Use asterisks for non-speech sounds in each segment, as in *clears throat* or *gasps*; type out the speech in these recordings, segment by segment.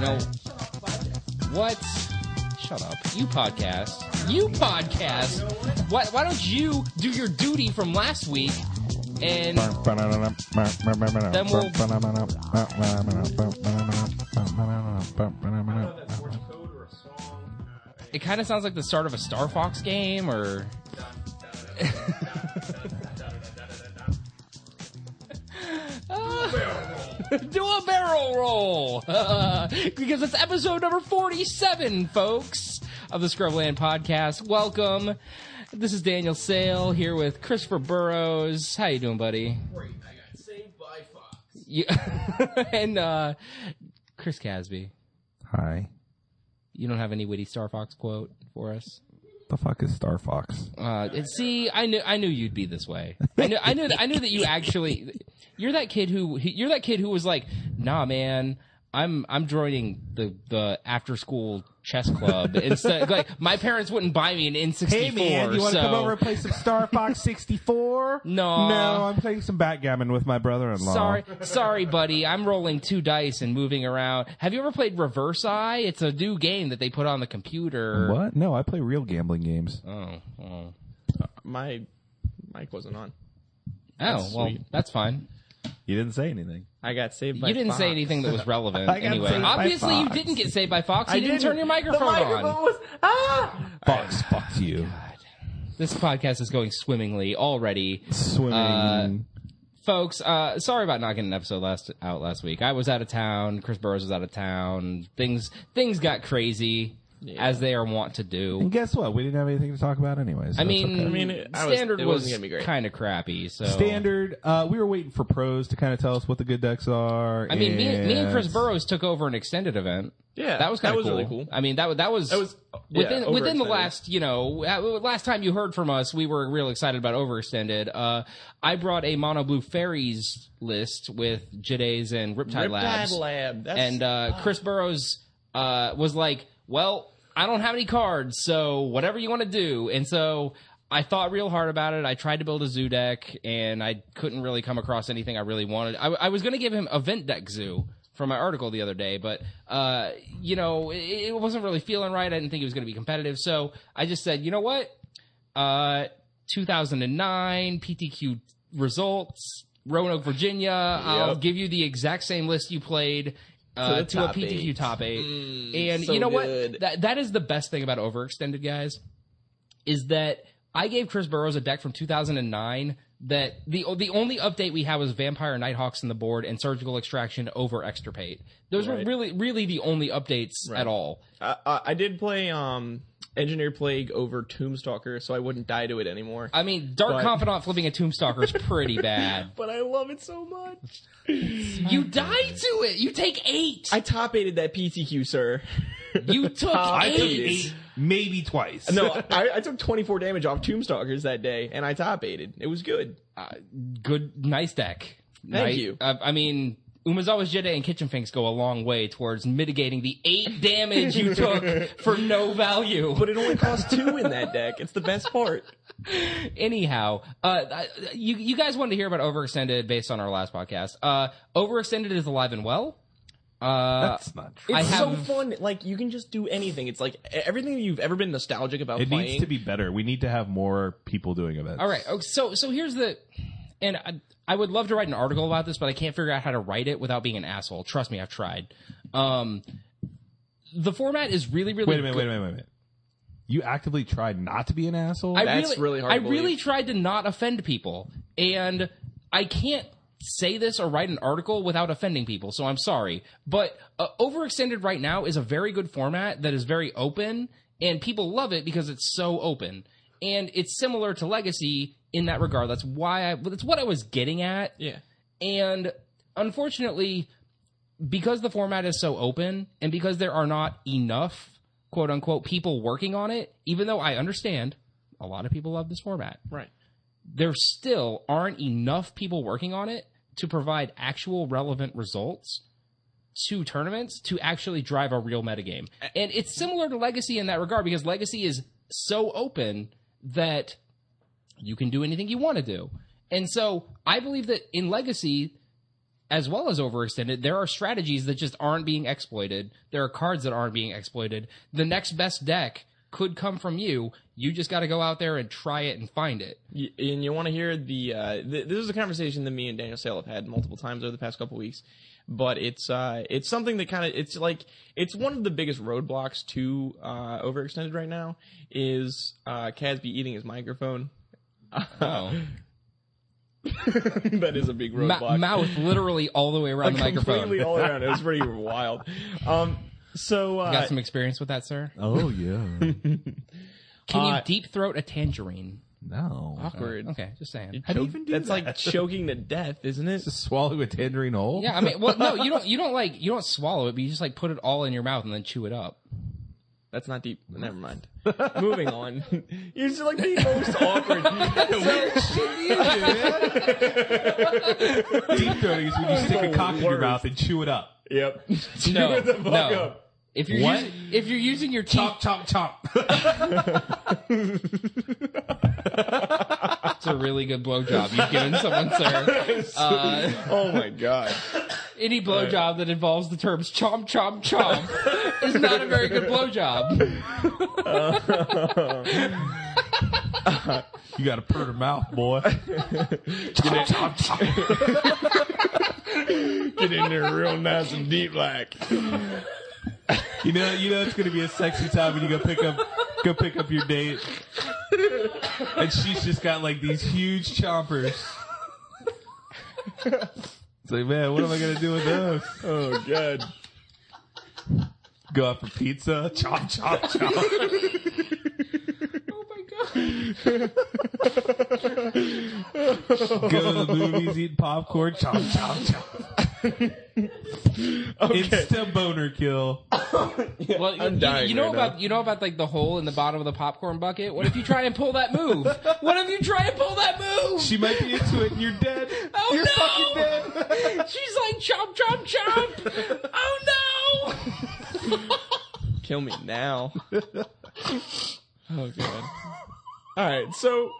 know what? Shut up. You podcast. You podcast. Why, why don't you do your duty from last week and Then we'll- it kind of sounds like the start of a Star Fox game or *laughs* do a barrel roll *laughs* because it's episode number 47 folks of the scrubland podcast welcome this is daniel sale here with christopher burrows how you doing buddy Great, I got saved by Fox. you- *laughs* and uh, chris casby Hi. you don't have any witty star fox quote for us The fuck is Star Fox? Uh, and see, I knew I knew you'd be this way. I knew I knew I knew that you actually you're that kid who you're that kid who was like, nah, man, I'm I'm joining the the after school chess *laughs* club instead. like my parents wouldn't buy me an N sixty Hey four. man, you so want to come over and play some Star Fox 64? *laughs* No. No, I'm playing some backgammon with my *laughs* brother-in-law. sorry, sorry, buddy, I'm rolling two dice and moving around. Have you ever played Reverse Eye? It's a new game that they put on the computer. What? No, I play real gambling games. Oh, oh. My mic wasn't on. oh well, sweet. that's fine. You didn't say anything. I got saved by you didn't Fox. say anything that was relevant *laughs* I got anyway. saved by Obviously, you Fox. didn't get saved by Fox. You didn't, didn't. turn your microphone, on. was ah. *laughs* Fox, fuck you. This podcast is going swimmingly already. Swimming. Folks, uh, sorry about not getting an episode last out last week. I was out of town. Chris Burrows was out of town. Things things got crazy as they are wont to do. and guess what? We didn't have anything to talk about anyways. I mean, okay. mean, it- I was- standard it wasn't was, gonna be great. kind of crappy. So standard. Uh, we were waiting for pros to kind of tell us what the good decks are. I mean, me, me and Chris and- Burrows took over an extended event. Yeah, that was kind that of was cool. really cool. I mean, that wa- that was That was, uh, yeah, within within the overextended. last you know uh, last time you heard from us, we were real excited about overextended. Uh, I brought a mono blue fairies list with Jadays and Riptide, Riptide Labs, Lab. That's, and uh, Chris Burrows uh, was like, "Well, I don't have any cards, so whatever you want to do." And so. I thought real hard about it. I tried to build a zoo deck, and I couldn't really come across anything I really wanted. I, I was going to give him event deck zoo from my article the other day, but uh, you know, it, it wasn't really feeling right. I didn't think it was going to be competitive, so I just said, you know what? Uh, 2009 PTQ results, Roanoke, Virginia. I'll Yep. give you the exact same list you played uh, the to, a top PTQ eight. Mm, top eight. and so you know what? good. That that is the best thing about overextended guys is that I gave Chris Burrows a deck from 2009 that the the only update we had was Vampire Nighthawks in the board and Surgical Extraction over Extirpate. Those were Right. really really the only updates at all. I, I, I did play um Engineer Plague over Tombstalker, so I wouldn't die to it anymore. I mean, Dark But- Confidant flipping a Tombstalker is *laughs* pretty bad. but I love it so much. you die to it. You take eight. I top aided that PTQ, sir. *laughs* you took I took eight. eight. maybe twice. no, I, I took 24 damage off Tombstalkers that day, and I top aided. It was good. Good, nice deck. Thank Nice- you. Uh, I mean, Umazawa's Jedi and Kitchen Finks go a long way towards mitigating the eight *laughs* damage you took for no value. But it only cost two in that deck. It's the best part. *laughs* anyhow, uh, I- you you guys wanted to hear about Overextended based on our last podcast. Uh, Overextended is alive and well. Uh, that's not true. It's I so have- fun. Like you can just do anything. It's like e-, everything that you've ever been nostalgic about It playing. needs to be better. We need to have more people doing events. all right. Okay, so so here's the, and I, I would love to write an article about this, but I can't figure out how to write it without being an asshole. Trust me, I've tried. Um, the format is really really Wait a minute. Wait good. a minute. Wait a minute. You actively tried not to be an asshole. I That's really, really hard I to really believe. tried to not offend people, and I can't say this or write an article without offending people. So I'm sorry, but uh, overextended right now is a very good format that is very open, and people love it because it's so open, and it's similar to Legacy in that regard. That's why I. That's what I was getting at. yeah. And unfortunately, because the format is so open and because there are not enough quote unquote people working on it, even though I understand a lot of people love this format, Right. there still aren't enough people working on it to provide actual relevant results to tournaments to actually drive a real metagame. And it's similar to Legacy in that regard because Legacy is so open that you can do anything you want to do. And so I believe that in Legacy, as well as overextended, there are strategies that just aren't being exploited. There are cards that aren't being exploited. The next best deck could come from you. You just got to go out there and try it and find it. Y- and you want to hear the uh, th- this is a conversation that me and Daniel Sale have had multiple times over the past couple weeks, but it's uh, it's something that kind of it's like it's one of the biggest roadblocks to uh, overextended right now is uh, Casby eating his microphone. *laughs* Oh. that is a big roadblock. *laughs* Ma- mouth literally all the way around the microphone. Completely all around. It was pretty wild. Um, so uh, got some experience with that, sir? Oh yeah. Can you Uh, deep throat a tangerine? no. Uh, awkward. Okay, just saying. How do you even do Uh, That's that? like choking to death, isn't it? Just swallow a tangerine whole. Yeah, I mean, well, no, you don't. You don't like you don't swallow it, but you just like put it all in your mouth and then chew it *laughs* up. That's not deep. Never mind. Moving on. *laughs* You're just like the most awkward. Deep *laughs* throating is when you stick a cock in your mouth and chew it up. Yep. No, Chew the fuck no. up. If you're What? Using, if you're using your teeth, Chop, chop, chop. it's a really good blowjob you've given someone, *laughs* sir. Uh, Oh my god. any blowjob that involves the terms chomp, chomp, *laughs* chomp is not a very good blowjob. you got a purr mouth, *laughs* boy. Chomp, chomp, chomp. Get in there real nice and deep like. You know, you know it's gonna be a sexy time when you go pick up, go pick up your date, and she's just got like these huge chompers. It's like, man, what am I gonna do with those? Oh god. Go out for pizza? Chop, chop, chop. Oh my god. Go to the movies, eat popcorn? Chop, chop, chop. Insta boner kill. Well, you- I'm you, dying you know right about now. you know about like the hole in the bottom of the popcorn bucket. What if you try and pull that *laughs* move? What if you try and pull that move? She might be into it, and you're dead. Oh, you're no! fucking *laughs* dead. She's like chomp, chomp, chomp. Oh no! Kill me *laughs* now. oh god. Alright, so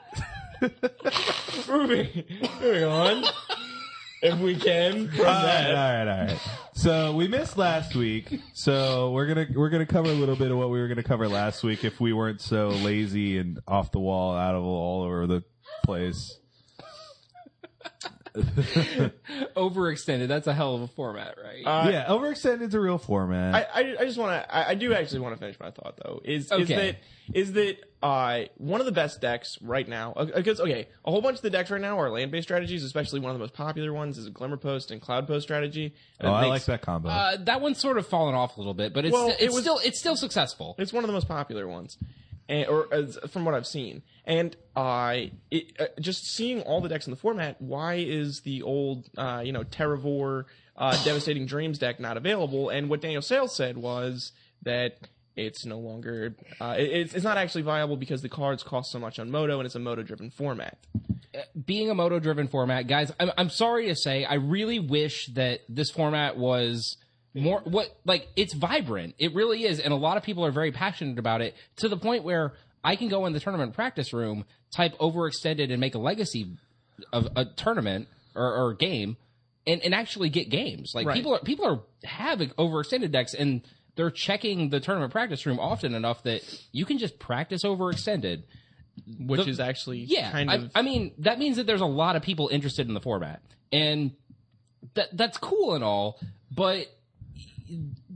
*laughs* moving, moving on. If we can *laughs* from All right, that. all right, all right. So we missed last week, so we're gonna we're gonna cover a little bit of what we were gonna cover last week if we weren't so lazy and off the wall, out of all over the place. Overextended. That's a hell of a format, right? Uh, yeah, overextended's a real format. I, I, I just want to. I, I do actually want to finish my thought though. Is is Okay. that is that uh, one of the best decks right now? uh, Because okay, a whole bunch of the decks right now are land based strategies. Especially one of the most popular ones is a Glimmer Post and Cloud Post strategy. And oh, it I like makes- that combo. Uh, that one's sort of fallen off a little bit, but it's Well, it's it was- still it's still successful. It's one of the most popular ones, and, or uh, from what I've seen. And I it, uh, just seeing all the decks in the format. Why is the old uh, you know Terravore *laughs* uh, Devastating Dreams deck not available? And what Daniel Sales said was that it's no longer uh, it, it's, it's not actually viable because the cards cost so much on Moto and it's a Moto driven format. being a moto driven format, guys, I'm, I'm sorry to say, I really wish that this format was more what like it's vibrant. It really is, and a lot of people are very passionate about it to the point where I can go in the tournament practice room, type overextended, and make a legacy of a tournament or, or game, and, and actually get games. Like Right. people are people are have overextended decks and. They're checking the tournament practice room often enough that you can just practice overextended Which is actually yeah, kind I, of I mean, that means that there's a lot of people interested in the format, and that that's cool and all, but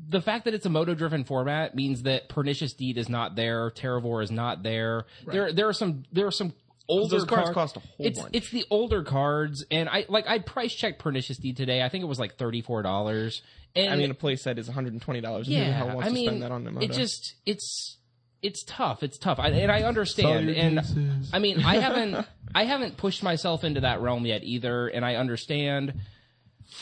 the fact that it's a moto-driven format means that Pernicious Deed is not there, Terravore is not there. There, there are some, there are some older those cards card- cost a whole it's, bunch. It's the older cards, and I like I price checked Pernicious Deed today. I think it was like thirty four dollars. And I mean, a play set is one hundred and twenty dollars. yeah, who the hell wants I mean, to spend that on a Moto? it just it's it's tough. It's tough, I, and I understand. your And juices. I mean, *laughs* I haven't I haven't pushed myself into that realm yet either, and I understand.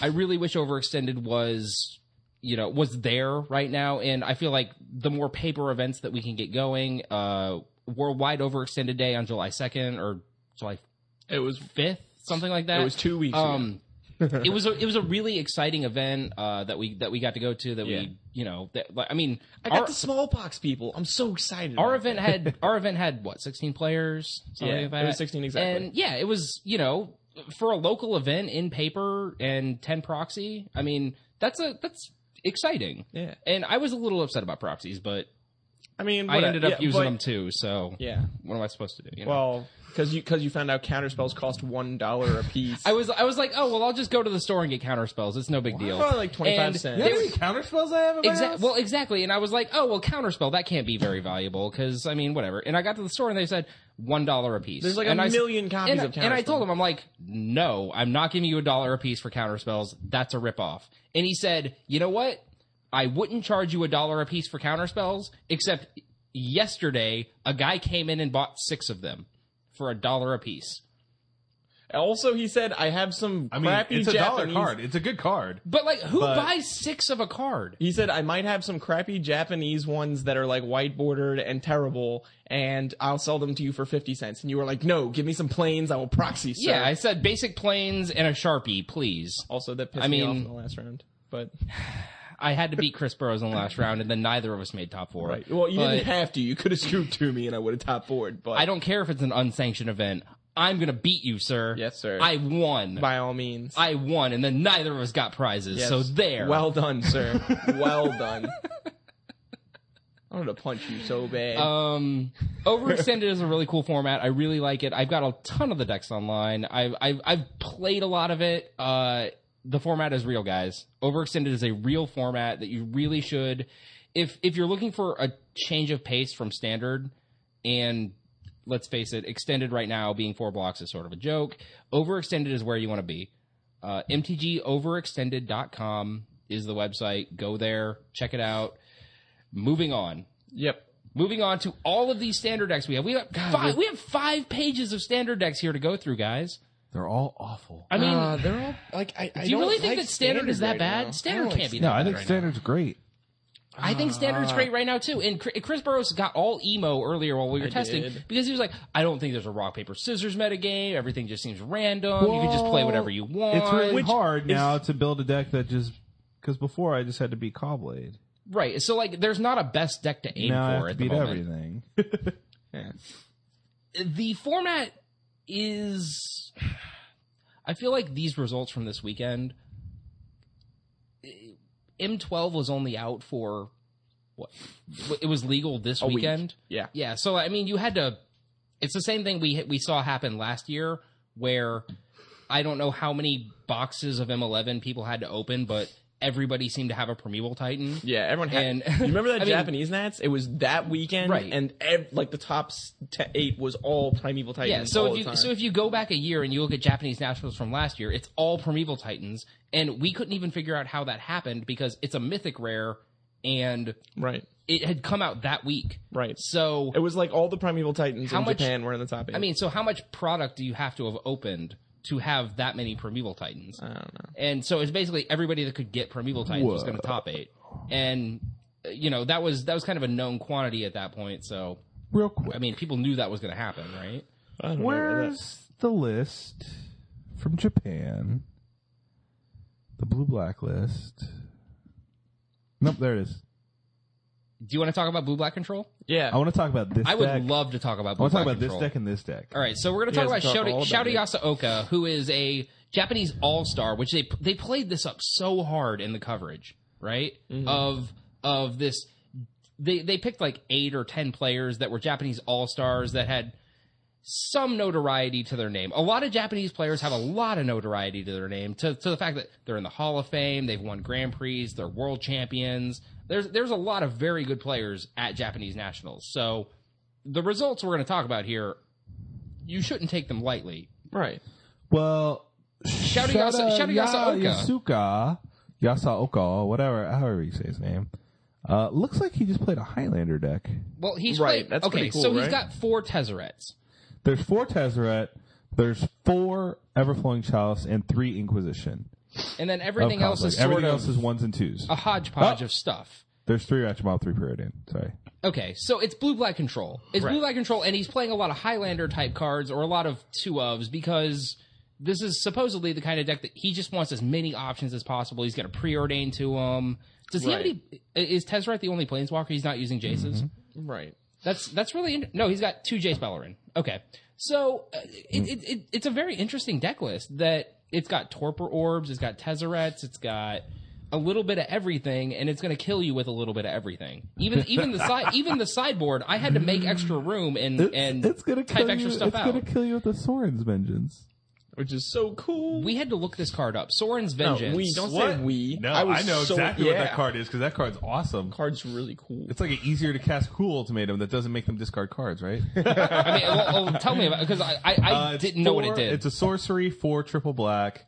I really wish overextended was you know was there right now, and I feel like the more paper events that we can get going, uh, worldwide overextended day on July second or July it was fifth, something like that. it was two weeks. ago. Um, *laughs* it was a, it was a really exciting event uh, that we that we got to go to that Yeah. we you know that, like, I mean I got our, the smallpox people. I'm so excited. *laughs* our about event had our event had what sixteen players something Yeah, like it that? was 16 exactly. and yeah it was you know for a local event in paper and 10 proxy, I mean, that's a that's exciting. Yeah. And I was a little upset about proxies, but I mean, I what- ended up yeah, using but- them too, so Yeah. what am I supposed to do? you know? Well, because you because you found out counter spells cost one dollar a piece. I was I was like, "Oh, well, I'll just go to the store and get counter spells. It's no big deal." probably like 25 And cents. You know how many counter spells I have in my Exactly. house? Well, exactly. And I was like, oh, well, counterspell that can't be very valuable because I mean, whatever. And I got to the store and they said one dollar a piece. There's like and a I s- million copies and, of And I Counterspell. told him, I'm like, no, I'm not giving you a dollar a piece for counterspells. That's a ripoff. And he said, you know what? I wouldn't charge you a dollar a piece for counterspells, except yesterday a guy came in and bought six of them for a dollar a piece. also, he said I have some I mean, crappy it's a dollar Japanese- card. It's a good card. But like, who But- buys six of a card? He said I might have some crappy Japanese ones that are like white bordered and terrible, and I'll sell them to you for fifty cents. And you were like, "No, give me some planes. I will proxy." Sir. Yeah, I said basic planes and a sharpie, please. also that pissed I me off mean- in the last round. But *laughs* I had to beat Chris Burrows in the last round, and then neither of us made top four. right, well, you But didn't have to. You could have scooped to me, and I would have top board. But I don't care if it's an unsanctioned event. I'm gonna beat you, sir. Yes, sir. I won. by all means. I won, and then neither of us got prizes. Yes. So there. Well done, sir. *laughs* well done. I wanted to punch you so bad. Um, Overextended is a really cool format. I really like it. I've got a ton of the decks online. I've I've, I've played a lot of it. Uh, the format is real, guys. Overextended is a real format that you really should. If if you're looking for a change of pace from standard, and let's face it, extended right now being four blocks is sort of a joke. Overextended is where you want to be. Uh, mtgoverextended.com is the website. Go there, check it out. Moving on. yep. Moving on to all of these standard decks we have. We have five, we have five pages of standard decks here to go through, guys. They're all awful. I mean, Uh, they're all like. I, I do you don't really like think that standard, is that right bad? now. I Standard don't like Uh, can't be. That No, bad I think right now. standard's great. I think standard's great right now too. And Cr- Chris Burrows got all emo earlier while we were testing did. because he was like, "I don't think there's a rock paper scissors metagame. Everything just seems random. you can just play whatever you want." It's really Which- hard now to build a deck that just because before I just had to be Cobblade. right. So like, there's not a best deck to aim Now I for have to at the beat moment. everything. *laughs* the format is i feel like these results from this weekend eh, m12 was only out for what it was legal this A week. weekend Yeah. yeah so i mean you had to it's the same thing we we saw happen last year where i don't know how many boxes of m11 people had to open but everybody seemed to have a primeval titan Yeah, everyone had. And- you *laughs* remember I that mean- Japanese Nats? It was that weekend, Right. And ev- like the top s- te- eight was all Primeval Titans. Yeah, so all if the you time. so if you go back a year and you look at Japanese nationals from last year, it's all primeval titans, and we couldn't even figure out how that happened because it's a mythic rare, and right, it had come out that week. right. So It was like all the Primeval Titans How in much- Japan were in the top eight. I mean, so how much product do you have to have opened to have that many primeval titans? I don't know. and so it's basically everybody that could get primeval titans was Whoa. going to top eight, and uh, you know that was that was kind of a known quantity at that point. So Real quick, I mean, people knew that was going to happen, right? I don't know where that- where's the list from Japan? The blue black list. Nope, there it is. Do you want to talk about blue black control? yeah, I want to talk about this. I would deck. love to talk about. I Blue want to talk Black about this Control. deck and this deck. All right, so we're going to talk about guys talk all Shout- about it. Shoutayasa Oka, who is a Japanese all star, which they they played this up so hard in the coverage, right? Mm-hmm. Of of this, they they picked like eight or ten players that were Japanese all stars that had some notoriety to their name. A lot of Japanese players have a lot of notoriety to their name, to, to the fact that they're in the Hall of Fame, they've won Grand Prix, they're world champions. There's there's a lot of very good players at Japanese nationals. So the results we're going to talk about here, you shouldn't take them lightly. right. Well, Shouty shout Yasa- out Shouty Ya- Yasuoka. Yasuka, Yasaoka, whatever, however you say his name. Uh, looks like he just played a Highlander deck. Well, he's Right, played- that's okay. pretty cool, so he's right? got four Tezzerets. There's four Tezzeret, there's four Everflowing Chalice, and three Inquisition. and then of everything else is conflict. sort Oh, everything of Uh-huh. else is ones and twos. a hodgepodge Oh. of stuff. There's three Ratchet Mob, three Periodian. Sorry. Okay, so it's blue black control. It's blue black control, and he's playing a lot of Highlander type cards or a lot of two ofs because this is supposedly the kind of deck that he just wants as many options as possible. He's going to preordain to them. Does he have Right. Mm-hmm. any? Is Tezzeret the only planeswalker he's not using Jaces? Right. That's that's really in- no. He's got two Jace Bellerin. Okay, so uh, it, it, it, it's a very interesting deck list that it's got Torpor Orbs, it's got Tesserets, it's got a little bit of everything, and it's going to kill you with a little bit of everything. Even even the side *laughs* even the sideboard, I had to make extra room and It's, and it's gonna type kill extra you. stuff it's out. gonna kill you with the Soren's vengeance. which is so cool. We had to look this card up. Soren's No, Vengeance. we don't What? say we. No, I, I, was know so- exactly what that yeah. card is because that card's awesome. Card's really cool. It's like an easier to cast cool ultimatum that doesn't make them discard cards, right? I mean, well, well, tell me about because I I, *laughs* I Uh, it's didn't know what it four- did. It's a sorcery for triple black.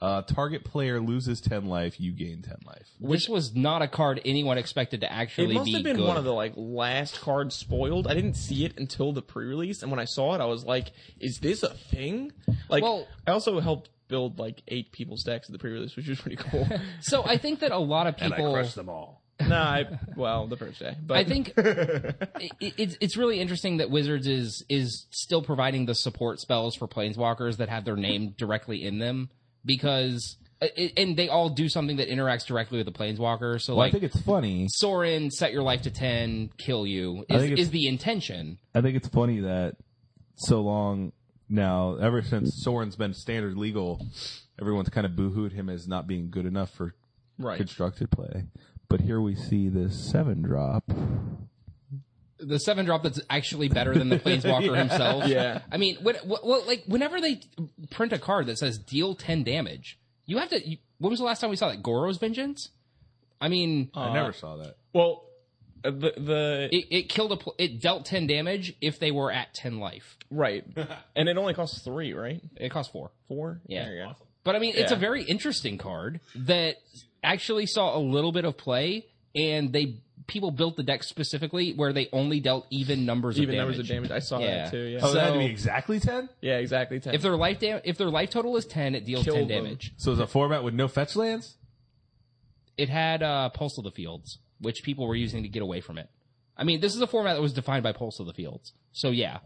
Uh, target player loses ten life. You gain ten life. which was not a card anyone expected to It actually must be have been good. one of the like last cards spoiled. I didn't see it until the pre-release, and when I saw it, I was like, "Is this a thing?" Like, Well- I also helped build like eight people's decks at the pre-release, which was pretty cool. *laughs* So I think that a lot of people them all. nah, I, well, the first day, but I think it, it's it's really interesting that Wizards is is still providing the support spells for Planeswalkers that have their name directly in them because uh, it, and they all do something that interacts directly with the Planeswalker. So Well, I like think it's funny. Sorin, set your life to ten, kill you think is, it's- is the intention. I think it's funny that so long now, ever since Soren's been standard legal, everyone's kind of boohooed him as not being good enough for right. constructed play. But here we see this seven drop. The seven drop that's actually better than *laughs* the Planeswalker himself. Yeah. I mean, when, wh- well, like whenever they print a card that says deal ten damage, you have to. You, when was the last time we saw that Goro's Vengeance? I mean, I never saw that. Well, uh, the the it, it killed a pl- it dealt 10 damage if they were at 10 life *laughs* right, and it only costs three, right? it cost four Four. Yeah. There you go. but i mean it's a Yeah. very interesting card that actually saw a little bit of play and they people built the deck specifically where they only dealt even numbers Even of there damage, was a damage. I saw Yeah. that too. Yeah. Oh, that had to So- be exactly ten. yeah. Exactly. Ten. if their life dam- if their life total is 10 it deals Kill 10 them. damage So it's a format with no fetch lands. it had uh, pulse of the fields which people were using to get away from it i mean this is a format that was defined by pulse of the fields so yeah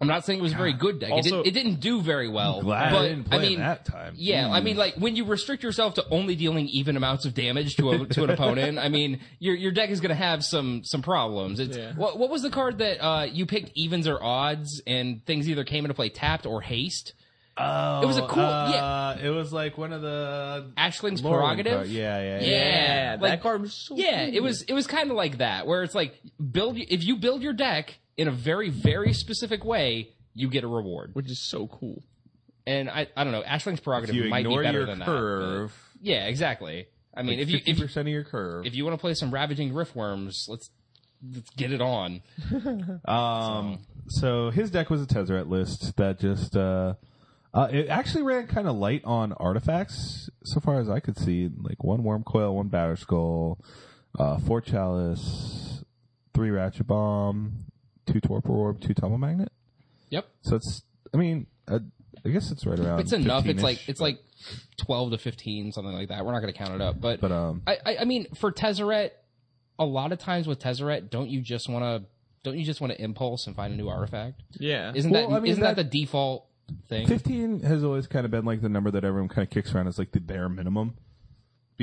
i'm not saying it was a very good deck Also- it, didn't, it didn't do very well Glad but I didn't play mean that time. Mm. Yeah, I mean, like when you restrict yourself to only dealing even amounts of damage to *laughs* a, to an opponent, I mean, your your deck is going to have some some problems. It's, Yeah. what, what was the card that uh, you picked evens or odds, and things either came into play tapped or haste? Oh, It was a cool- Uh, yeah, it was like one of the Ashling's Lauren prerogative. card- Yeah, yeah, Yeah. yeah. yeah, like- that card was so. Yeah, cool. it was it was kind of like that, where it's like build if you build your deck in a very very specific way, you get a reward. which is so cool. And I I don't know, Ashling's prerogative You might be ignore better your than curve. that. Yeah, exactly. I mean, if you if fifty percent of your curve, if you want to play some ravaging riftworms, let's let's get it on. Um, so his deck was a Tezzeret list that just uh, uh, it actually ran kind of light on artifacts so far as I could see. Like one Worm Coil, one Batter Skull, uh, four Chalice, three Ratchet Bomb, two Torpor Orb, two Tumble Magnet. Yep, So it's, I mean, uh, I guess it's right around. it's enough. It's 15-ish, like it's like twelve to fifteen, something like that. We're not going to count it up, but, but um, I, I I mean for Tezzeret, a lot of times with Tezzeret, don't you just want to don't you just want to impulse and find a new artifact? Yeah. Isn't Well, that I mean, isn't that, that- the default thing? 15 has always kind of been like the number that everyone kind of kicks around as like the bare minimum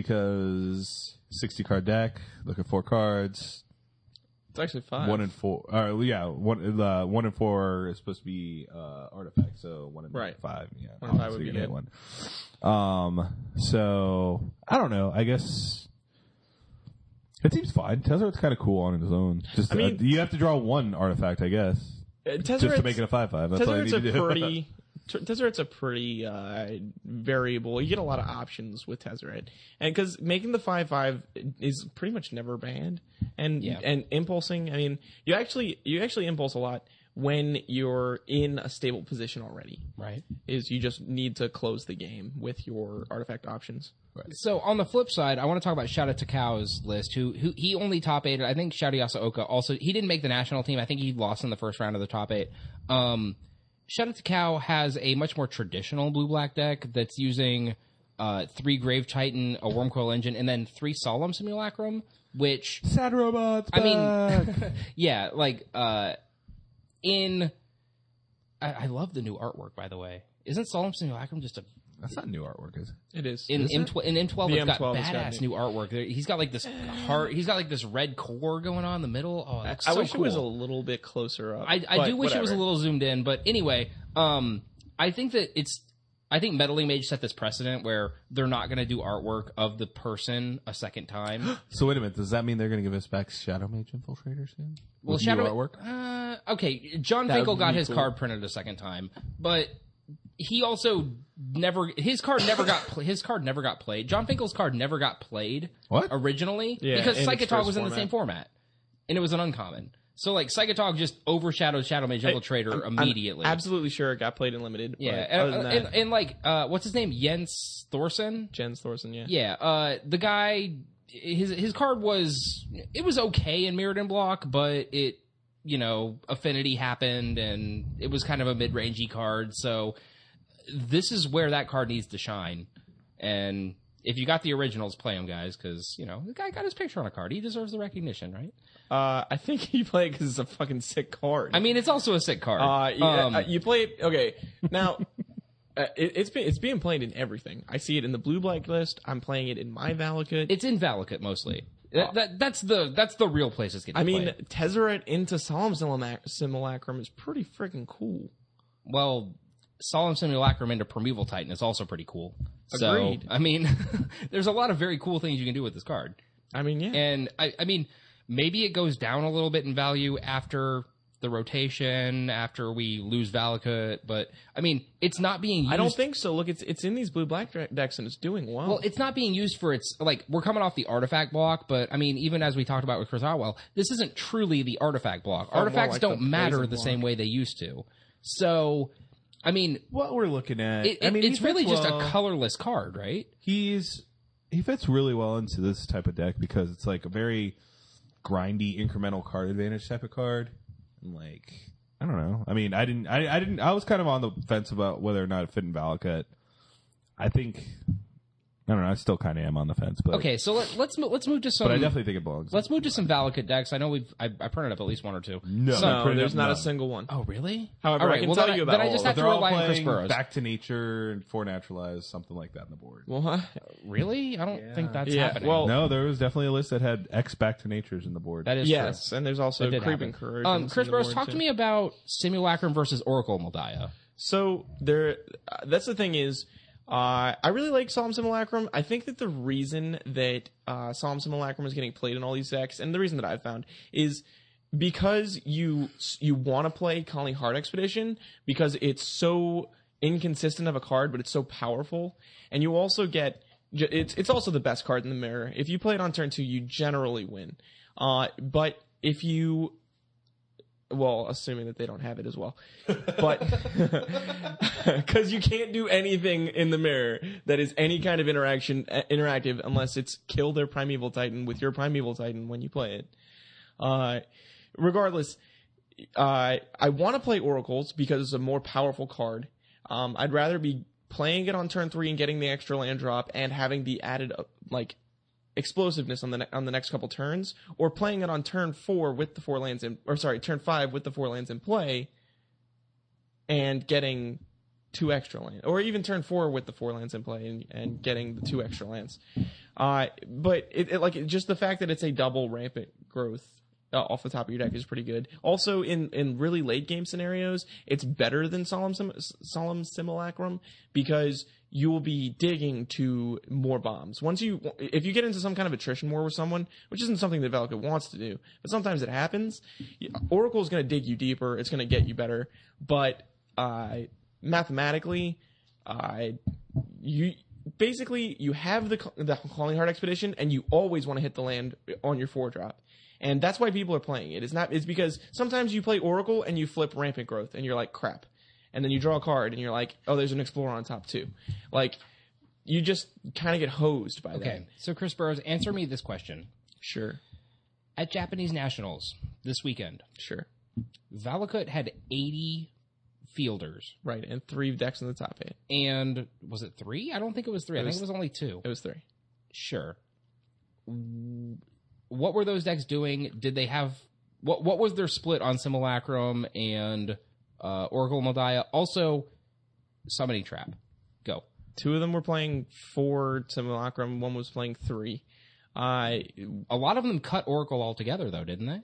because 60 card deck, look at four cards, It's actually five. one in four. Or yeah, one uh, one in four is supposed to be uh, artifact, so one in Right. five. Yeah, One in five obviously would be you're gonna good. get one. Um, so I don't know. I guess it seems fine. Tezzeret's kind of cool on its own. Just I mean- uh, you have to draw one artifact, I guess, Uh, just Tezzeret's- to make it a five five. That's all you Tezzeret's need to a do. *laughs* pretty. T- Tezzeret's a pretty uh, variable. You get a lot of options with Tezzeret, and because making the five five is pretty much never bad, and Yeah. and impulsing. I mean, you actually you actually impulse a lot when you're in a stable position already. right. Is you just need to close the game with your artifact options. So on the flip side, I want to talk about Shouta Takao's list, who who he only top eight. I think Shouta Yasaoka also he didn't make the national team. I think he lost in the first round of the top eight. Um, Shouta Takao has a much more traditional blue black deck that's using uh, three Grave Titan, a Worm Coil Engine, and then three Solemn Simulacrum, which Sad robots. I back. *laughs* mean, *laughs* yeah, like uh, in. I, I love the new artwork, by the way. Isn't Solemn Simulacrum just a That's not new artwork, is it? It is. in Is M it? tw- in M twelve. The It's got M12 has got badass new artwork. There- He's got like this heart. He's got like this red core going on in the middle. Oh, that's I so wish cool. it was a little bit closer up. I, I but do wish it was a whatever. little zoomed in, but anyway, um, I think that it's. I think Meddling Mage set this precedent where they're not going to do artwork of the person a second *gasps* time. So wait a minute. Does that mean they're going to give us back Shadow Mage Infiltrator soon? well, With Shadow new Ma- artwork. Uh, okay, John Finkel would got be his cool. card printed a second time, but he also never his card never got pl- his card never got played. John Finkel's card never got played What? originally *laughs* Yeah, because in Psychotog Express was in the format. same format and it was an uncommon. So like Psychotog just overshadowed Shadow Mage Infiltrator I'm immediately. absolutely sure it got played in limited. Yeah, but other than and, that, and, and, like, uh, what's his name? Jens Thorson. Jens Thorson, yeah. Yeah, uh, the guy. His his card was it was okay in Mirrodin block, but it you know affinity happened and it was kind of a mid rangey card. So this is where that card needs to shine. And if you got the originals, play them guys because you know the guy got his picture on a card. He deserves the recognition, right? Uh, I think *laughs* he played because it's a fucking sick card. I mean, it's also a sick card. Uh, you, Um, uh, you play okay now. *laughs* uh, it, it's been it's being played in everything. I see it in the blue black list. I'm playing it in my Valakut. it's in Valakut mostly. That, that, that's the that's the real place it's getting. Uh, I mean, played. Tezzeret into Solemn Simulac- Simulacrum is pretty freaking cool. well, Solemn Simulacrum into Primeval Titan is also pretty cool. Agreed. So, I mean, *laughs* there's a lot of very cool things you can do with this card. I mean, yeah, And I, I mean, maybe it goes down a little bit in value after the rotation, after we lose Valakut, but I mean, it's not being used. I don't think so. Look, it's it's in these blue black decks and it's doing well. well, it's not being used for its like we're coming off the artifact block, but I mean, even as we talked about with Chris Otwell, this isn't truly the artifact block. more Artifacts like don't the matter the poison same way they used to. So, I mean, what we're looking at. it, I mean, he it's really fits just well. a colorless card, right? He's he fits really well into this type of deck because it's like a very grindy incremental card advantage type of card. And like I don't know. I mean, I didn't. I, I didn't. I was kind of on the fence about whether or not it fit in Valakut. I think. I don't know. I still kind of am on the fence, but Okay, so let, let's mo- let's move to some. But I definitely think it belongs. let's move to some Valakut decks. I know we've I, I printed up at least one or two. no, some- I no, printed there's up not a none. single one. Oh really? However, I can well, tell then you about then I all just have of them. to They're all rely on Chris playing Burrows. back to nature and for naturalized, something like that on the board. Well, huh? Really? I don't think that's Yeah, happening. well- No, there was definitely a list that had X back to natures in the board. that is yes, and there's also true. It did creeping happen. courage. Um, Chris Burrows, talk to me about Simulacrum versus Oracle Moldiah. So there, uh, that's the thing is, uh, I really like Psalm Simulacrum. I think that the reason that uh, Psalm Simulacrum is getting played in all these decks, and the reason that I've found is because you you want to play Calling Heart Expedition because it's so inconsistent of a card, but it's so powerful, and you also get ju- it's it's also the best card in the mirror. If you play it on turn two, you generally win. Uh, but if you well, assuming that they don't have it as well. But *laughs* because you can't do anything in the mirror that is any kind of interaction uh, interactive unless it's kill their primeval titan with your primeval titan when you play it. Uh, regardless, uh, I want to play oracles because it's a more powerful card. Um, I'd rather be playing it on turn three and getting the extra land drop and having the added uh, like explosiveness on the ne- on the next couple turns, or playing it on turn four with the four lands in, or sorry, turn five with the four lands in play, and getting two extra lands, or even turn four with the four lands in play and, and getting the two extra lands. Uh, but it, it like it, just the fact that it's a double rampant growth. Uh, off the top of your deck is pretty good. Also, in in really late game scenarios, it's better than solemn Sim- solemn simulacrum because you will be digging to more bombs. Once you, if you get into some kind of attrition war with someone, which isn't something that Valakut wants to do, but sometimes it happens. Oracle is going to dig you deeper. It's going to get you better. But uh, mathematically, uh, you basically you have the the calling heart expedition, and you always want to hit the land on your four drop. And that's why people are playing it. It's not. It's because sometimes you play Oracle and you flip Rampant Growth, and you're like, crap and then you draw a card and you're like, oh, there's an explorer on top too. Like, you just kind of get hosed by that. Okay, so Chris Burrows, answer me this question: Sure, At Japanese Nationals this weekend, sure. Valakut had 80 fielders, Right, and three decks in the top eight. and was it three? I don't think it was three. I think was- it was only two. It was three. Sure. W- What were those decks doing? Did they have what? What was their split on Simulacrum and uh, Oracle Moldiah? Also, summoning trap. Go. two of them were playing four simulacrum, one was playing three. Uh, A lot of them cut Oracle altogether, though, didn't they?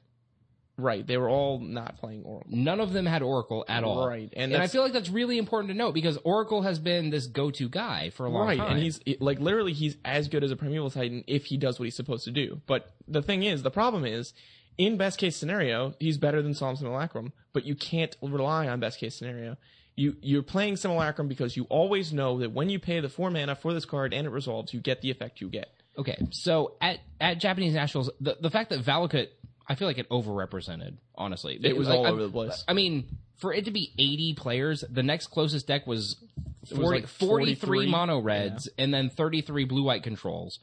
right, they were all not playing Oracle. None of them had Oracle at all. Right, and and, I that's- feel like that's really important to note because Oracle has been this go-to guy for a long Right, time. and he's like literally he's as good as a primeval titan if he does what he's supposed to do. But the thing is, the problem is, in best case scenario, he's better than Psalm Simulacrum, but you can't rely on best case scenario. You you're playing Simulacrum because you always know that when you pay the four mana for this card and it resolves, you get the effect you get. Okay, so at at Japanese nationals, the, the fact that Valakut, I feel like it overrepresented. Honestly, It was like, all I- over the place. I mean, for it to be eighty players, the next closest deck was, 40, like 43, 43. mono reds and then thirty three blue white controls,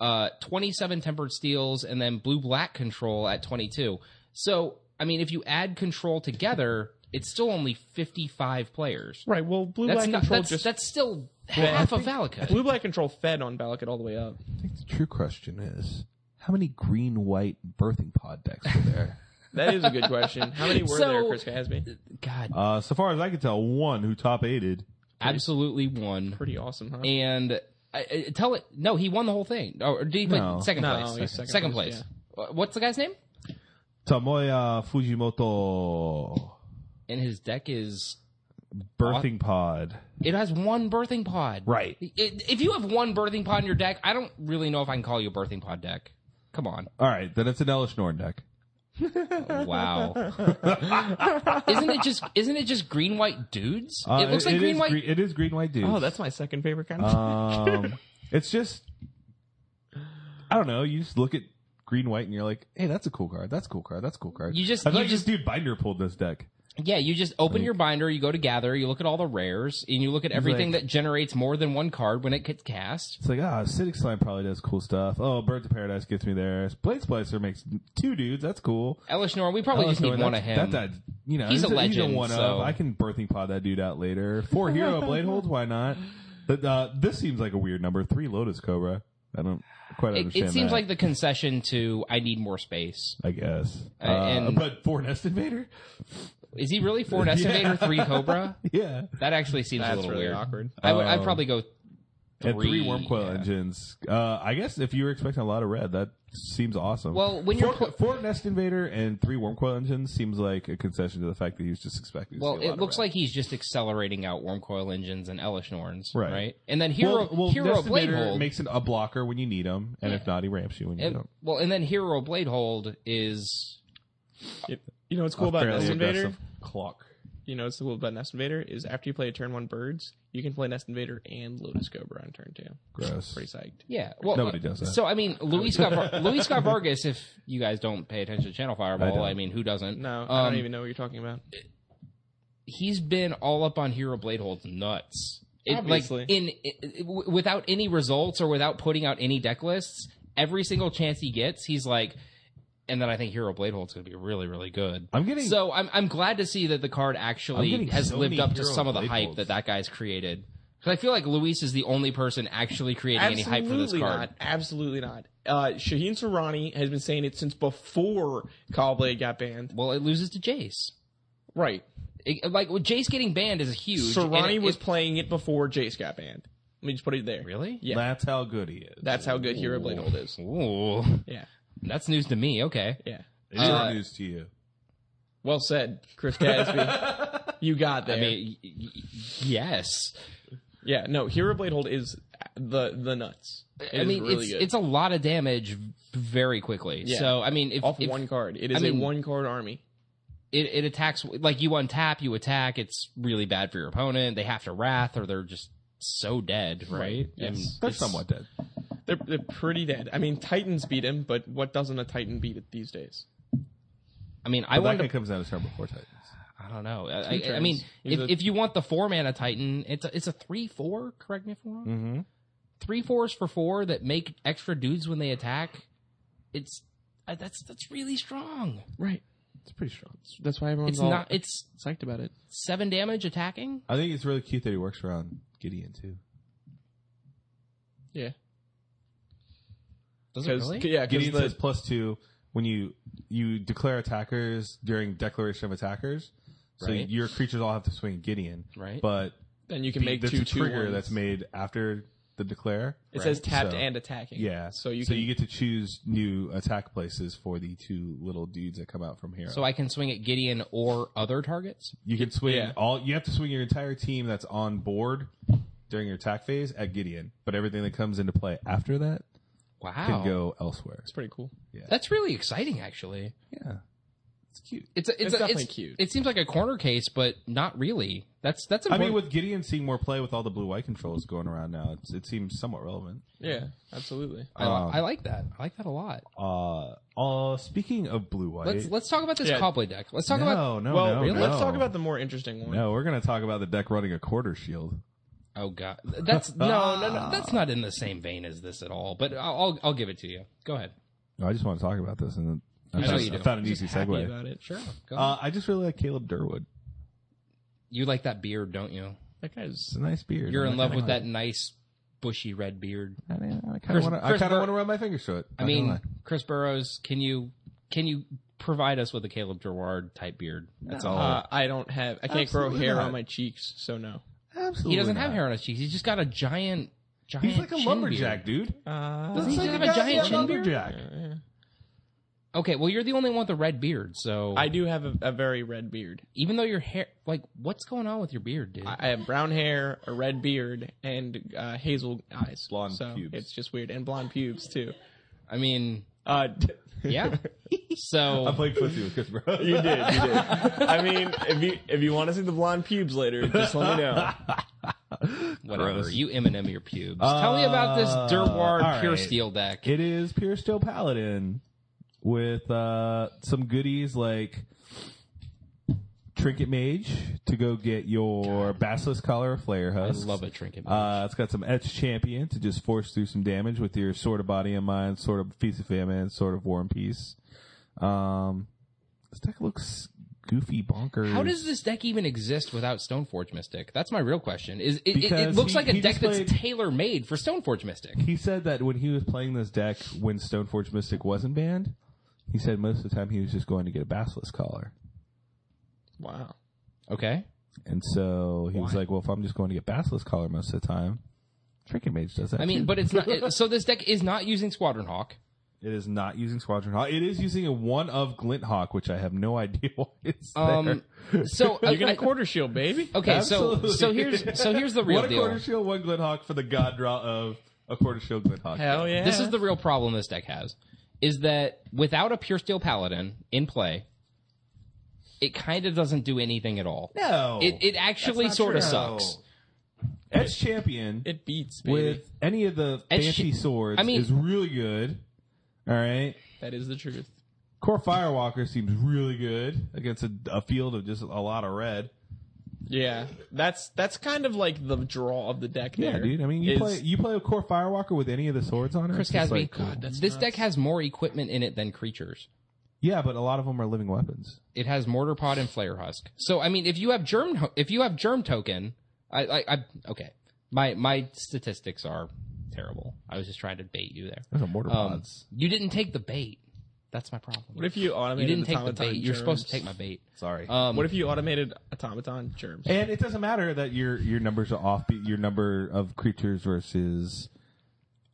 uh, twenty seven tempered steels, and then blue black control at twenty two. So I mean, if you add control together, it's still only fifty five players. Right. Well, blue That's black not, control that's, just that's still half of *laughs* Valakut. blue black control fed on Valakut all the way up. I think the true question is how many green white birthing pod decks *laughs* are there? That is a good question. How many were *laughs* So- there, Chris Casby? God, uh, so far as I can tell, one who top aided. absolutely one. Pretty awesome, huh? and I, I, tell it. No, he won the whole thing. Oh, Or did he play No. second No, place? he was second, second place. place, Uh, What's the guy's name? Tamoya Fujimoto And his deck is birthing pod. it has one birthing pod. Right. It- if you have one birthing pod in your deck, I don't really know if I can call you a birthing pod deck. Come on. All right, then it's an Elish Norn deck. *laughs* Wow. isn't it just isn't it just green white dudes? Uh, it looks like green is white gre- it is green white dude. Oh, that's my second favorite kind Uh, *laughs* of Um, it's just, I don't know. You just look at green white and you're like, hey, that's a cool card. That's a cool card. That's a cool card. You just- I thought you you just dude binder pulled this deck. Yeah, you just open your binder, you go to gather, you look at all the rares, and you look at everything that generates more than one card when it gets cast. It's like, ah, Citic Slime probably does cool stuff. Oh, Birds of Paradise gets me there. Blade Splicer makes two dudes. That's cool. Elishnor, we probably just Oh, so need one of that's- him. That, that, you know, He's a legend, He's one so- of. I can birthing pod that dude out later. *laughs* Four hero blade holds. Why not? But uh, this seems like a weird number. Three Lotus Cobra. I don't quite It, understand. it seems that, like the concession to I need more space. I guess. Uh, Uh, and- but four Nest Invader. *laughs* Is he really *laughs* for an estimator three Cobra? Yeah. That actually seems a That's little really weird. awkward. I would I'd Oh. probably go three, and three worm coil yeah. engines. Uh, I guess if you were expecting a lot of red, that seems awesome. Well, when four, you're pl- four nest invader and three worm coil engines seems like a concession to the fact that he was just expecting. to Well, see a lot it of looks red. like he's just accelerating out worm coil engines and Elishnorns, right? Right. And then hero well, well, hero Nest blade Invader hold. makes an, a blocker when you need him, and if not, he ramps you when you and- need him. well, and then hero blade hold is It- you know what's cool about Fairly Nest Invader? aggressive *laughs* clock. You know what's cool about Nest Invader is after you play a turn one birds, you can play Nest Invader and Lotus Cobra on turn two. Gross. Pretty psyched. yeah. Well, Nobody does that. So I mean, Luis Scott Var- Luis Scott Vargas. If you guys don't pay attention to Channel Fireball, don't. I, mean, who doesn't? No, I Um, don't even know what you're talking about. he's been all up on Hero Blade Hold's nuts. It, like Obviously. in i- w- without any results or without putting out any deck lists, every single chance he gets, he's like. And then I think Hero Blade Hold's going to be really, really good. I'm getting- so I'm I'm glad to see that the card I'm actually getting has so lived many up to Hero some of the Blade hype Holds. that that guy's created. Because I feel like Luis is the only person actually creating any hype for this Absolutely card. not. Absolutely not. Uh, Shaheen Sarani has been saying it since before Callblade got banned. Well, it loses to Jace. Right. It- like well, Jace getting banned is huge. and Sarani it- was it- playing it before Jace got banned. Let me just put it there. really. Yeah. That's how good he is. That's how good Hero Blade Hold is. Ooh, Yeah. that's news to me. Okay. Yeah. It's Uh, news to you. Well said, Chris Casby. *laughs* you got there. I mean, y- y- y- yes. yeah, no, Hero Blade Hold is the the nuts. It I is mean, really it's good. it's a lot of damage v- very quickly. Yeah. So I mean, if, off if one card. It is I mean- a one card army. it, it attacks like you untap, you attack. It's really bad for your opponent. They have to wrath, or they're just so dead, right? Right. Yes. They're it's- somewhat dead. They're they're pretty dead. I mean, Titans beat him, but what doesn't a Titan beat it these days? I mean, I But that wanted. guy To, comes out of turn before Titans. I don't know. I- I, Two I mean, turns. if, He's a- if you want the four mana Titan, it's a, it's a three four. Correct me if I'm wrong. Mm-hmm. Three fours for four that make extra dudes when they attack. It's uh, that's that's really strong. Right. It's pretty strong. That's why everyone's It's all not. It's psyched about it. seven damage attacking. I think it's really cute that he works around Gideon too. Yeah. Does it Because really? yeah, because Gideon says plus two when you you declare attackers during declaration of attackers. So Right. your creatures all have to swing Gideon. Right. But Then you can make that's two a two trigger ones. that's made after the declare. It says right? tapped So- and attacking. Yeah. So you can you get to choose new attack places for the two little dudes that come out from here. So I can swing at Gideon or other targets. you can swing yeah. all. You have to swing your entire team that's on board during your attack phase at Gideon, but everything that comes into play after that Wow, can go elsewhere. It's pretty cool. that's really exciting. Actually, Yeah, it's cute. it's a, it's, It's a, definitely it's- cute. It seems like a corner case, but not really. That's that's. I Important. mean, with Gideon seeing more play with all the blue white controls going around now, it's, it seems somewhat relevant. Yeah, absolutely. I, um, li- I like that. I like that a lot. Uh, uh speaking of blue white, Let's let's talk about this Yeah. cowboy deck. Let's talk no, about. no, well, Oh, no, really? no. let's talk about the more interesting one. No, we're gonna talk about the deck running a quarter shield. Oh god, *laughs* that's no, no, no. That's not in the same vein as this at all. But I'll I'll, I'll give it to you. Go ahead. No, I just want to talk about this, and I, know found- you I do. found an Just easy happy segue. about it. Sure. Go ahead. Uh, I just really like Caleb Durwood. you like that beard, don't you? That guy's It's a nice beard. You're I in love with kinda that nice bushy red beard. like- I kind Chris- of want to. I Chris kind of Bur- want to run my fingers through it. I mean, Chris Burrows, can you can you provide us with a Caleb Gerard type beard? That's all. Uh, I don't have. I can't Absolutely grow hair not. on my cheeks, so no. absolutely. he doesn't have not. hair on his cheeks. He's just got a giant, giant. He's like a chin lumberjack, beard. dude. Uh, Doesn't he He's just like have a giant goddamn chin beard? lumberjack. Okay, well you're the only one with a red beard, so I do have a, a very red beard. even though your hair, like, what's going on with your beard, dude? I I have brown hair, a red beard, and uh, hazel eyes. Blonde so pubes. It's just weird, and blonde pubes too. I *laughs* mean, Uh, yeah. I so played footsie with *laughs* Chris Burrows. *laughs* you did, you did. I mean, if you if you want to see the blonde pubes later, just let me know. whatever. gross. You Eminem your pubes. Tell me about this Uh, Durward all Pure right. Steel deck. It is Pure Steel Paladin with uh, some goodies like Trinket Mage to go get your Basilisk Collar of Flare I Husk. love a trinket. Uh, it's got some Etch Champion to just force through some damage with your Sword of Body and Mind, Sword of Feast of Famine, Sword of War and Peace. Um, this deck looks goofy bonkers. How does this deck even exist without Stoneforge Mystic? That's my real question. Is it, it, it Because looks he- like a he deck just played- that's tailor made for Stoneforge Mystic. he said that when he was playing this deck when Stoneforge Mystic wasn't banned, he said most of the time he was just going to get a Basilisk Collar. *laughs* Wow. Okay. And so he was like, "Well, if I'm just going to get Basilisk collar most of the time, Trinket Mage does that." I too. mean, but it's not. it- so this deck is not using Squadron Hawk. it is not using Squadron Hawk. It is using a one of Glint Hawk, which I have no idea *laughs* why it's Um, there. so You're gonna I- quarter shield, baby. okay. Absolutely. So so here's so *laughs* here's the real One a deal. quarter shield, one Glint Hawk for the God draw of a quarter shield Glint Hawk. Hell yeah. This is the real problem this deck has is that without a Pure Steel Paladin in play, it kind of doesn't do anything at all. No, It it actually not sort of true. sucks. Edge Champion it beats baby. with any of the Edge fancy Cha- swords I mean- is really good. All right. That is the truth. Core Firewalker seems really good against a, a field of just a lot of red. Yeah, that's that's kind of like the draw of the deck. Yeah, there dude. I mean, you is- play you play a core firewalker with any of the swords on it. Chris it's just Casby, like, this deck has more equipment in it than creatures. yeah, but a lot of them are living weapons. It has mortar pod and flare husk. So I mean, if you have germ, if you have germ token, I, I, I okay. My my statistics are terrible. I was just trying to bait you there. *laughs* There's a mortar Um, pods. you didn't take the bait. That's my problem. What if you you automated didn't take the automaton bait? You're supposed to germs? take my bait. Sorry. Um, What if you automated automaton germs? and it doesn't matter that your your numbers are off. be- Your number of creatures versus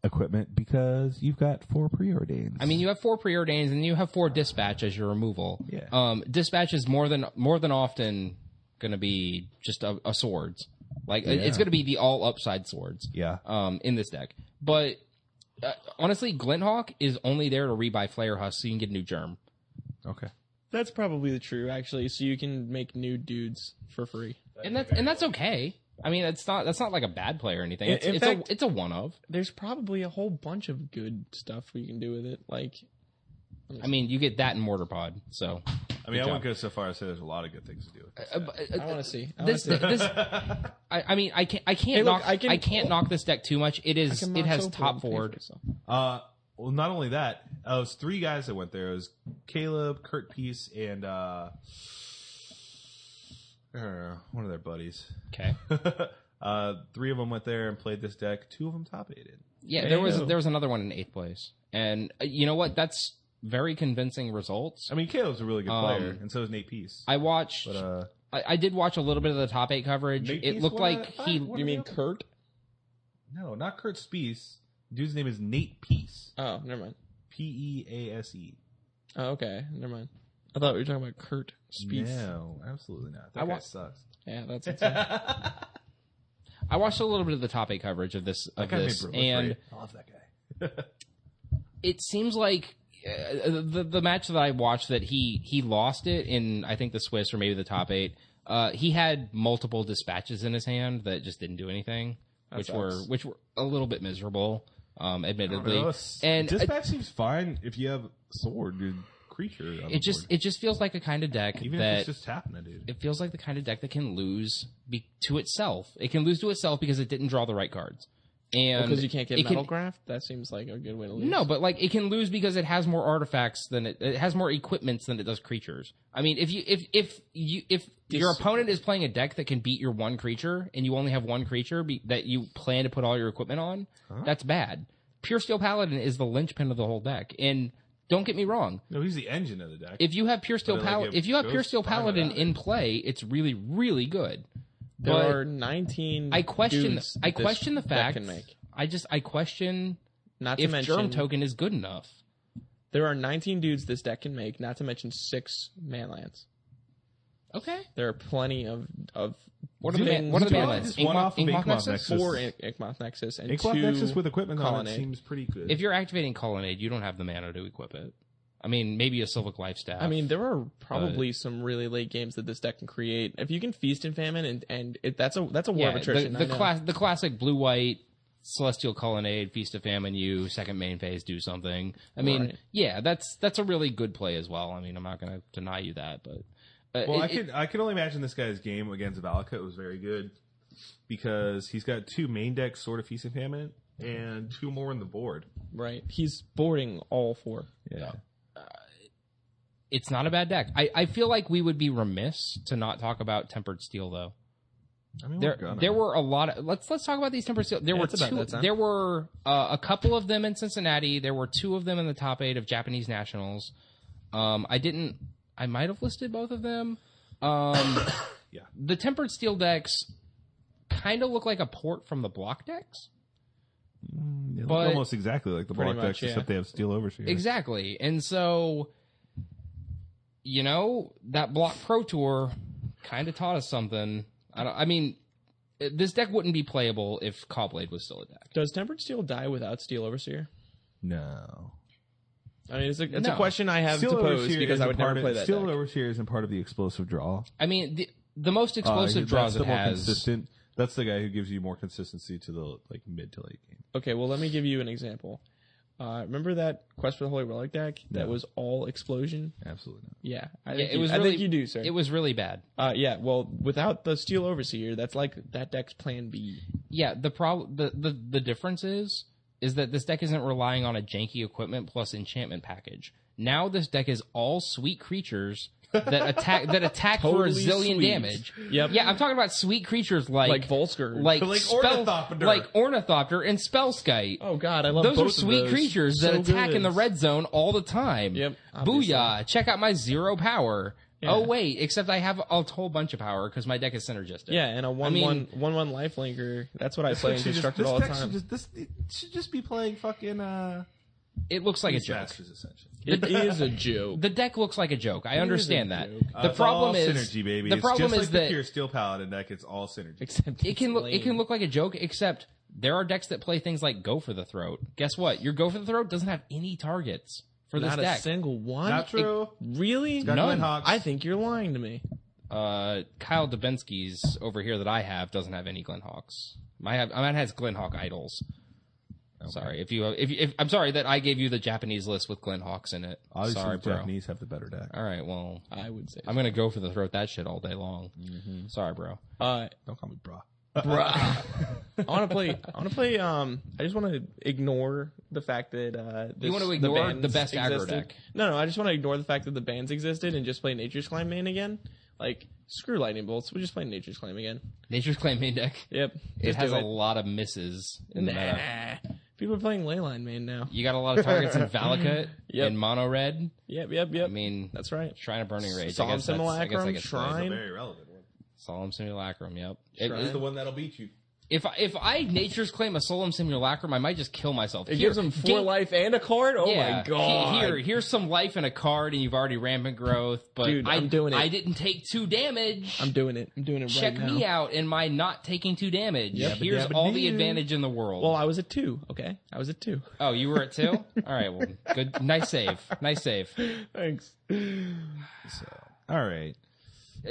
equipment because you've got four preordains. I mean, you have four preordains and you have four dispatch as your removal. Yeah. Um, dispatch is more than more than often going to be just a, a swords. Like it- it's Yeah. going to be the all upside swords. yeah. um, in this deck. But uh, honestly, Glinthawk is only there to rebuy Flare Husk so you can get a new germ. Okay. That's probably the true, actually. So you can make new dudes for free. And that's and that's okay. I mean, it's not that's not like a bad play or anything. In- It's, in it's fact- a it's a one of. There's probably a whole bunch of good stuff we can do with it. Like, I mean, you get that in Mortar Pod. So I mean, I wouldn't go so far as to say there's a lot of good things to do. Uh, but, uh, I want to see. I wanna this, see. *laughs* this I, I mean I can't I can't Hey, look, knock I I, can- can, not knock this deck too much. It is Can it Mox has open top and pay for forward. itself. Uh, well, not only that, uh, it was three guys that went there. It was Caleb, Kurt Peace, and uh, I don't know, one of their buddies. Okay. *laughs* uh, three of them went there and played this deck. Two of them top aided. Yeah, there was Damn. there was another one in eighth place, and uh, you know what? That's very convincing results. I mean, Caleb's a really good Um, player, and so is Nate Peace. I watched but uh, I, I did watch a little bit of the top eight coverage. Make it these looked one like out of he. five? What You are mean they- Kurt? No, not Kurt Speece. Dude's name is Nate Peace. Oh, never mind. P E A S E. Oh, okay, never mind. I thought we were talking about Kurt Speece. No, absolutely not. That I guy wa- sucks. Yeah, *laughs* that's insane. I watched a little bit of the top eight coverage of this of That guy made this, Brooklyn and great. I love that guy. it seems like uh, the the match that I watched that he he lost it in I think the Swiss or maybe the top eight. Uh, he had multiple dispatches in his hand that just didn't do anything, which were sucks. which were a little bit miserable, um, admittedly. and And uh, dispatch seems fine if you have sword dude creature. on the it just board. it just feels like a kind of deck even that if it's just tapping a dude. it feels like the kind of deck that can lose be, to itself. It can lose to itself because it didn't draw the right cards, and Because you can't get it metal Can, graft. That seems like a good way to lose. no, but like it can lose because it has more artifacts than it, it has more equipments than it does creatures. I mean, if you if if you if your Dis- opponent is playing a deck that can beat your one creature and you only have one creature be, that you plan to put all your equipment on, that's bad. Pure Steel Paladin is the linchpin of the whole deck, and don't get me wrong, No, he's the engine of the deck. if you have pure steel But, like, paladin, if if you have Ghost pure steel Diamond paladin out in play, it's really really good. there but are nineteen. I question dudes I this question the deck fact. Can make. I just I question Not to if mention, germ token is good enough. there are 19 dudes this deck can make. Not to mention six man lands. Okay. There are plenty of of What are the man, things what are the do man I- lands? just one Inkmoth- off of Inkmoth Inkmoth Nexus? Nexus. Four in Inkmoth Nexus and Inkmoth two Nexus with equipment on it Colonnade. seems pretty good. If you're activating Colonnade, you don't have the mana to equip it. I mean, maybe a Silvic Life Staff. I mean, there are probably some really late games that this deck can create. If you can feast and famine, and and it, that's a that's a war yeah, of attrition. the, I the, know. class, the classic blue white celestial colonnade feast of famine you second main phase do something i mean Right. yeah that's that's a really good play as well i mean i'm not gonna deny you that but uh, it- Well, I it- could I could only imagine this guy's game against Valka was very good because he's got two main decks, Sword of Feast and Famine, and two more on the board. right? He's boarding all four. Yeah, it's not a bad deck. I, I feel like we would be remiss to not talk about tempered steel though. I Oh, mean, There we're gonna. there were a lot of let's let's talk about these tempered steel. There Yeah, were it's about two, that time. there were uh, a couple of them in Cincinnati. There were two of them in the top eight of Japanese nationals. Um, I didn't. I might have listed both of them. *coughs* Um, Yeah. The tempered steel decks kind of look like a port from the block decks. They look but- almost exactly like the Pretty block much, decks, yeah. except they have Steel Overseer. Exactly. And so, you know, that block pro tour kind of taught us something. I, don't, I mean, it- this deck wouldn't be playable if Cobblade was still a deck. Does Tempered Steel die without Steel Overseer? No, I mean, it's a, it's No. a question I have to pose because is I a would never part of- play that. Steel deck. Overseer isn't part of the explosive draw. I mean, the, the most Uh, explosive that's draws the it more has. consistent. That's the guy who gives you more consistency to the like mid to late game. Okay, well, let me give you an example. Uh, remember that Quest for the Holy Relic deck that No. was all explosion? Absolutely not. Yeah, I Yeah, think, it was you, I really, think you do, sir. It was really bad. uh, yeah, well, without the Steel Overseer, that's like that deck's plan B. Yeah, the problem, the, the, the difference is, is that this deck isn't relying on a janky equipment plus enchantment package. Now this deck is all sweet creatures that attack that attack Totally for a zillion sweet. damage. Yep. Yeah, I'm talking about sweet creatures *laughs* Like Volsker. like But like spell- Ornithopter. like Ornithopter and Spellskite. Oh, God, I love those both are of sweet those. creatures that So attack good. in the red zone all the time. Yep, obviously. Booyah! Check out my zero power. Yeah. Oh wait, except I have a whole bunch of power because my deck is synergistic. Yeah, and a one mean- one one one lifelinker. That's what I play in Actually, just- constructed this all the deck time. Should just, this it should just be playing fucking uh, it looks like a joke. Masters Ascension. *laughs* It is a joke. The deck looks like a joke. I a understand that. joke. The Uh, it's problem all is synergy, baby. The It's problem just is like the that pure steel paladin deck. It's all synergy. Except it can it's look lame. it can look like a joke, except there are decks that play things like Go for the Throat. Guess what? Your Go for the Throat doesn't have any targets for this not a deck. single one. Not true. Really? Got none. Glenn Hawks. I think you're lying to me. uh, Kyle Dubinsky's over here that I have doesn't have any Glenhawks. My have mine has Glenhawk idols. Sorry if you if, you- if I'm sorry that I gave you the Japanese list with Glenhawks in it. Obviously, sorry, the bro. Japanese have the better deck. All right, well, I would say. I'm gonna go for the throat that shit all day long. Mm-hmm. Sorry, bro. Uh, Don't call me bra. I want to play. I want to play. Um, I just want to ignore the fact that uh, this, You wanna the ignore bands the best aggro existed. deck. No, no, I just want to ignore the fact that the bands existed and just play Nature's Climb main again. Like screw lightning bolts. We just play Nature's Climb again. Nature's Claim main deck. Yep. It Just has do a lot of misses in the meta. Nah. People are playing Leyline main now. You got a lot of targets in *laughs* Valakut Yep. and Mono Red. Yep, yep, yep. I mean, that's right. Shrine of Burning Rage. I Solemn guess that's- I guess I Simulacrum, guess It's a Shrine. very relevant one. Solemn Simulacrum. Yep. Shrine. If, Is the one that'll beat you. if I- if I nature's claim a Solemn Simulacrum, I might just kill myself. It Here, gives him four get- life and a card. Oh yeah, my god! he- Here, here's some life in a card, and you've already rampant growth. But Dude, I, I'm doing it. I didn't take two damage. I'm doing it. I'm doing it Check right now. me out in my not taking two damage. Yabba here's dabba all the doo. advantage in the world. Well, I was at two. Okay, I was at two. oh, you were at two. all right. Well, good. Nice save. Nice save. Thanks. So, all right.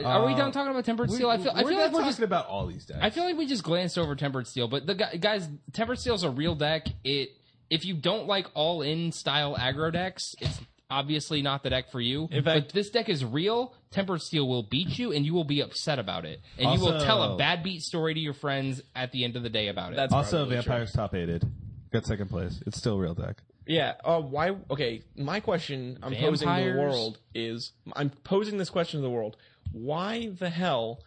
Are we Uh, done talking about tempered We, steel? I feel. I we're feel not like we're talking just. about all these decks. I feel like we just glanced over tempered steel, but the gu- guys, tempered steel is a real deck. It if you don't like all in style aggro decks, it's obviously not the deck for you. In fact- but this deck is real. Tempered steel will beat you, and you will be upset about it, and you will Also- tell a bad beat story to your friends at the end of the day about it. That's also, probably true. Vampires top aided. Got second place. It's still real deck. Yeah. Uh, why? Okay. My question I'm posing to Vampires? the world is I'm posing this question to the world. Why the hell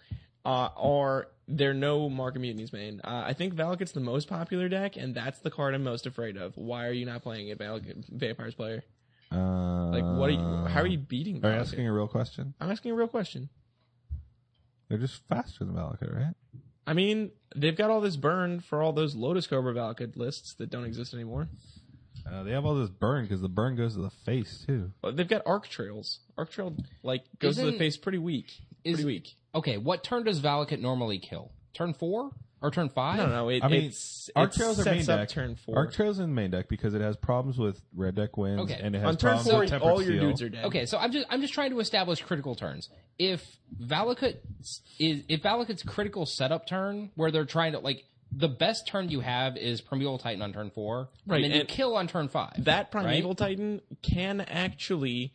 uh, are there no Mark of Mutinies, man? Uh, I think Valakut's the most popular deck, and that's the card I'm most afraid of. Why are you not playing it, Valakut, Vampires player? Uh, Like, what are you? How are you beating? Are you Valakut? asking a real question? I'm asking a real question. They're just faster than Malakut, right? I mean, they've got all this burn for all those Lotus Cobra Valakut lists that don't exist anymore. Uh, they have all this burn because the burn goes to the face too. Well, They've got Arc Trails. Arc Trail like goes to Isn't- the face pretty weak. is- Pretty weak. okay. What turn does Valakut normally kill? Turn four or turn five? I don't know. It, I mean, it's, Arc it Trails are main sets up deck. turn four. Arc Trails in main deck because it has problems with red deck wins Okay. and it has on turn problems four, with tempered all steel. your dudes are dead. Okay, so I'm just I'm just trying to establish critical turns. If Valakut is if Valakut's critical setup turn where they're trying to like the best turn you have is Primeval Titan on turn four, Right, And then you and- kill on turn five. That Primeval Titan can actually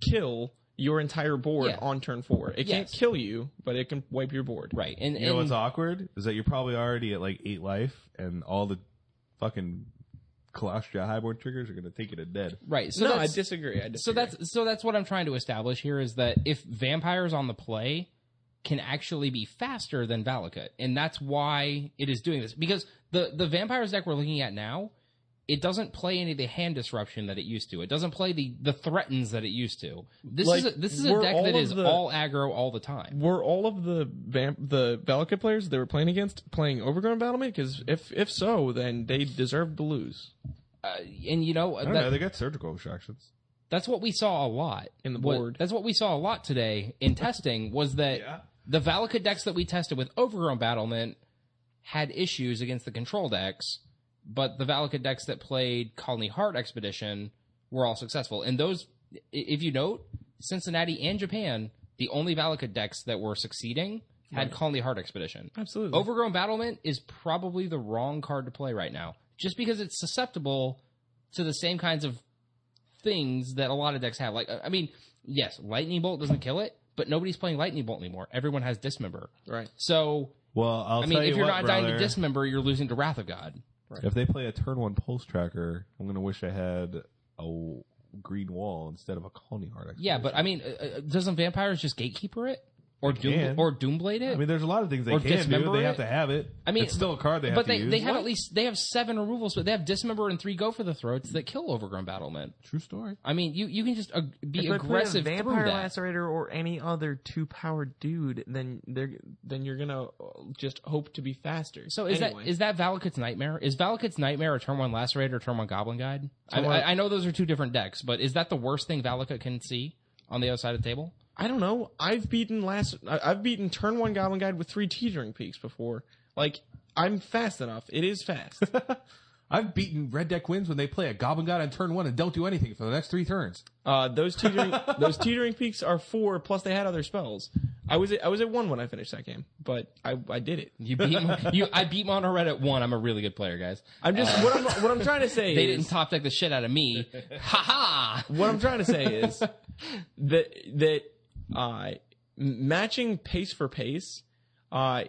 kill your entire board Yeah. on turn four. It can't Yes. kill you, but it can wipe your board. right, and, You know and what's awkward is that you're probably already at like eight life, and all the fucking Colostria Highborn triggers are going to take you to dead. right. So So no, I that's, disagree. I disagree. so that's so that's what I'm trying to establish here is that if vampires on the play can actually be faster than Valakut, and that's why it is doing this because the the vampires deck we're looking at now, it doesn't play any of the hand disruption that it used to. It doesn't play the the threatens that it used to. This Like, is a, this is a we're deck all that of is the- all aggro all the time. were all of the vamp- the Valakut players they were playing against playing Overgrown Battlement? Because if if so, then they deserve to lose. Uh, and you know I don't that- know. They got surgical restrictions. that's what we saw a lot In the What- board. that's what we saw a lot today *laughs* in testing was that Yeah. the Valakut decks that we tested with Overgrown Battlement had issues against the control decks, but the Valakut decks that played Colony Heart Expedition were all successful. And those, i- if you note, Cincinnati and Japan, the only Valakut decks that were succeeding had Colony Heart Expedition. Absolutely. Overgrown Battlement is probably the wrong card to play right now, just because it's susceptible to the same kinds of things that a lot of decks have. Like, uh, I mean, yes, Lightning Bolt doesn't kill it, but nobody's playing Lightning Bolt anymore. Everyone has Dismember. right. So, Well, I'll i mean, tell you if you're what, not brother, dying to Dismember, you're losing to Wrath of God. If they play a turn one pulse tracker, I'm going to wish I had a w- green wall instead of a colony heart. Yeah, but I mean, uh, uh, doesn't Vampires just Gatekeeper it? Or Doom, can. or Doomblade it? I mean, there's a lot of things they Or can do. dismember They it? have to have it. I mean, it's still a card they have but to they, use. they have at least they have seven removals, but they have Dismember and three Go for the Throats that kill Overgrown Battlement. True story. I mean, you, you can just uh, be aggressive through vampire that. lacerator or any other two powered dude, then they're then you're gonna uh, just hope to be faster. So is Anyway. that is that Valakut's nightmare? Is Valakut's nightmare a turn one lacerator, or turn one goblin guide? I, Turn one- I, I know those are two different decks, but is that the worst thing Valakut can see on the other side of the table? I don't know. I've beaten last. I- I've beaten turn one goblin guide with three teetering peaks before. Like I'm fast enough. It is fast. *laughs* I've beaten red deck wins when they play a goblin god on turn one and don't do anything for the next three turns. uh, those teetering those teetering peaks are four. Plus they had other spells. I was at, I was at one when I finished that game, but I I did it. You beat you. I beat Mono Red at one. I'm a really good player, guys. I'm just what I'm what I'm trying to say. *laughs* They is, didn't top deck the shit out of me. ha ha. what I'm trying to say *laughs* is that that uh, m- matching pace for pace, uh,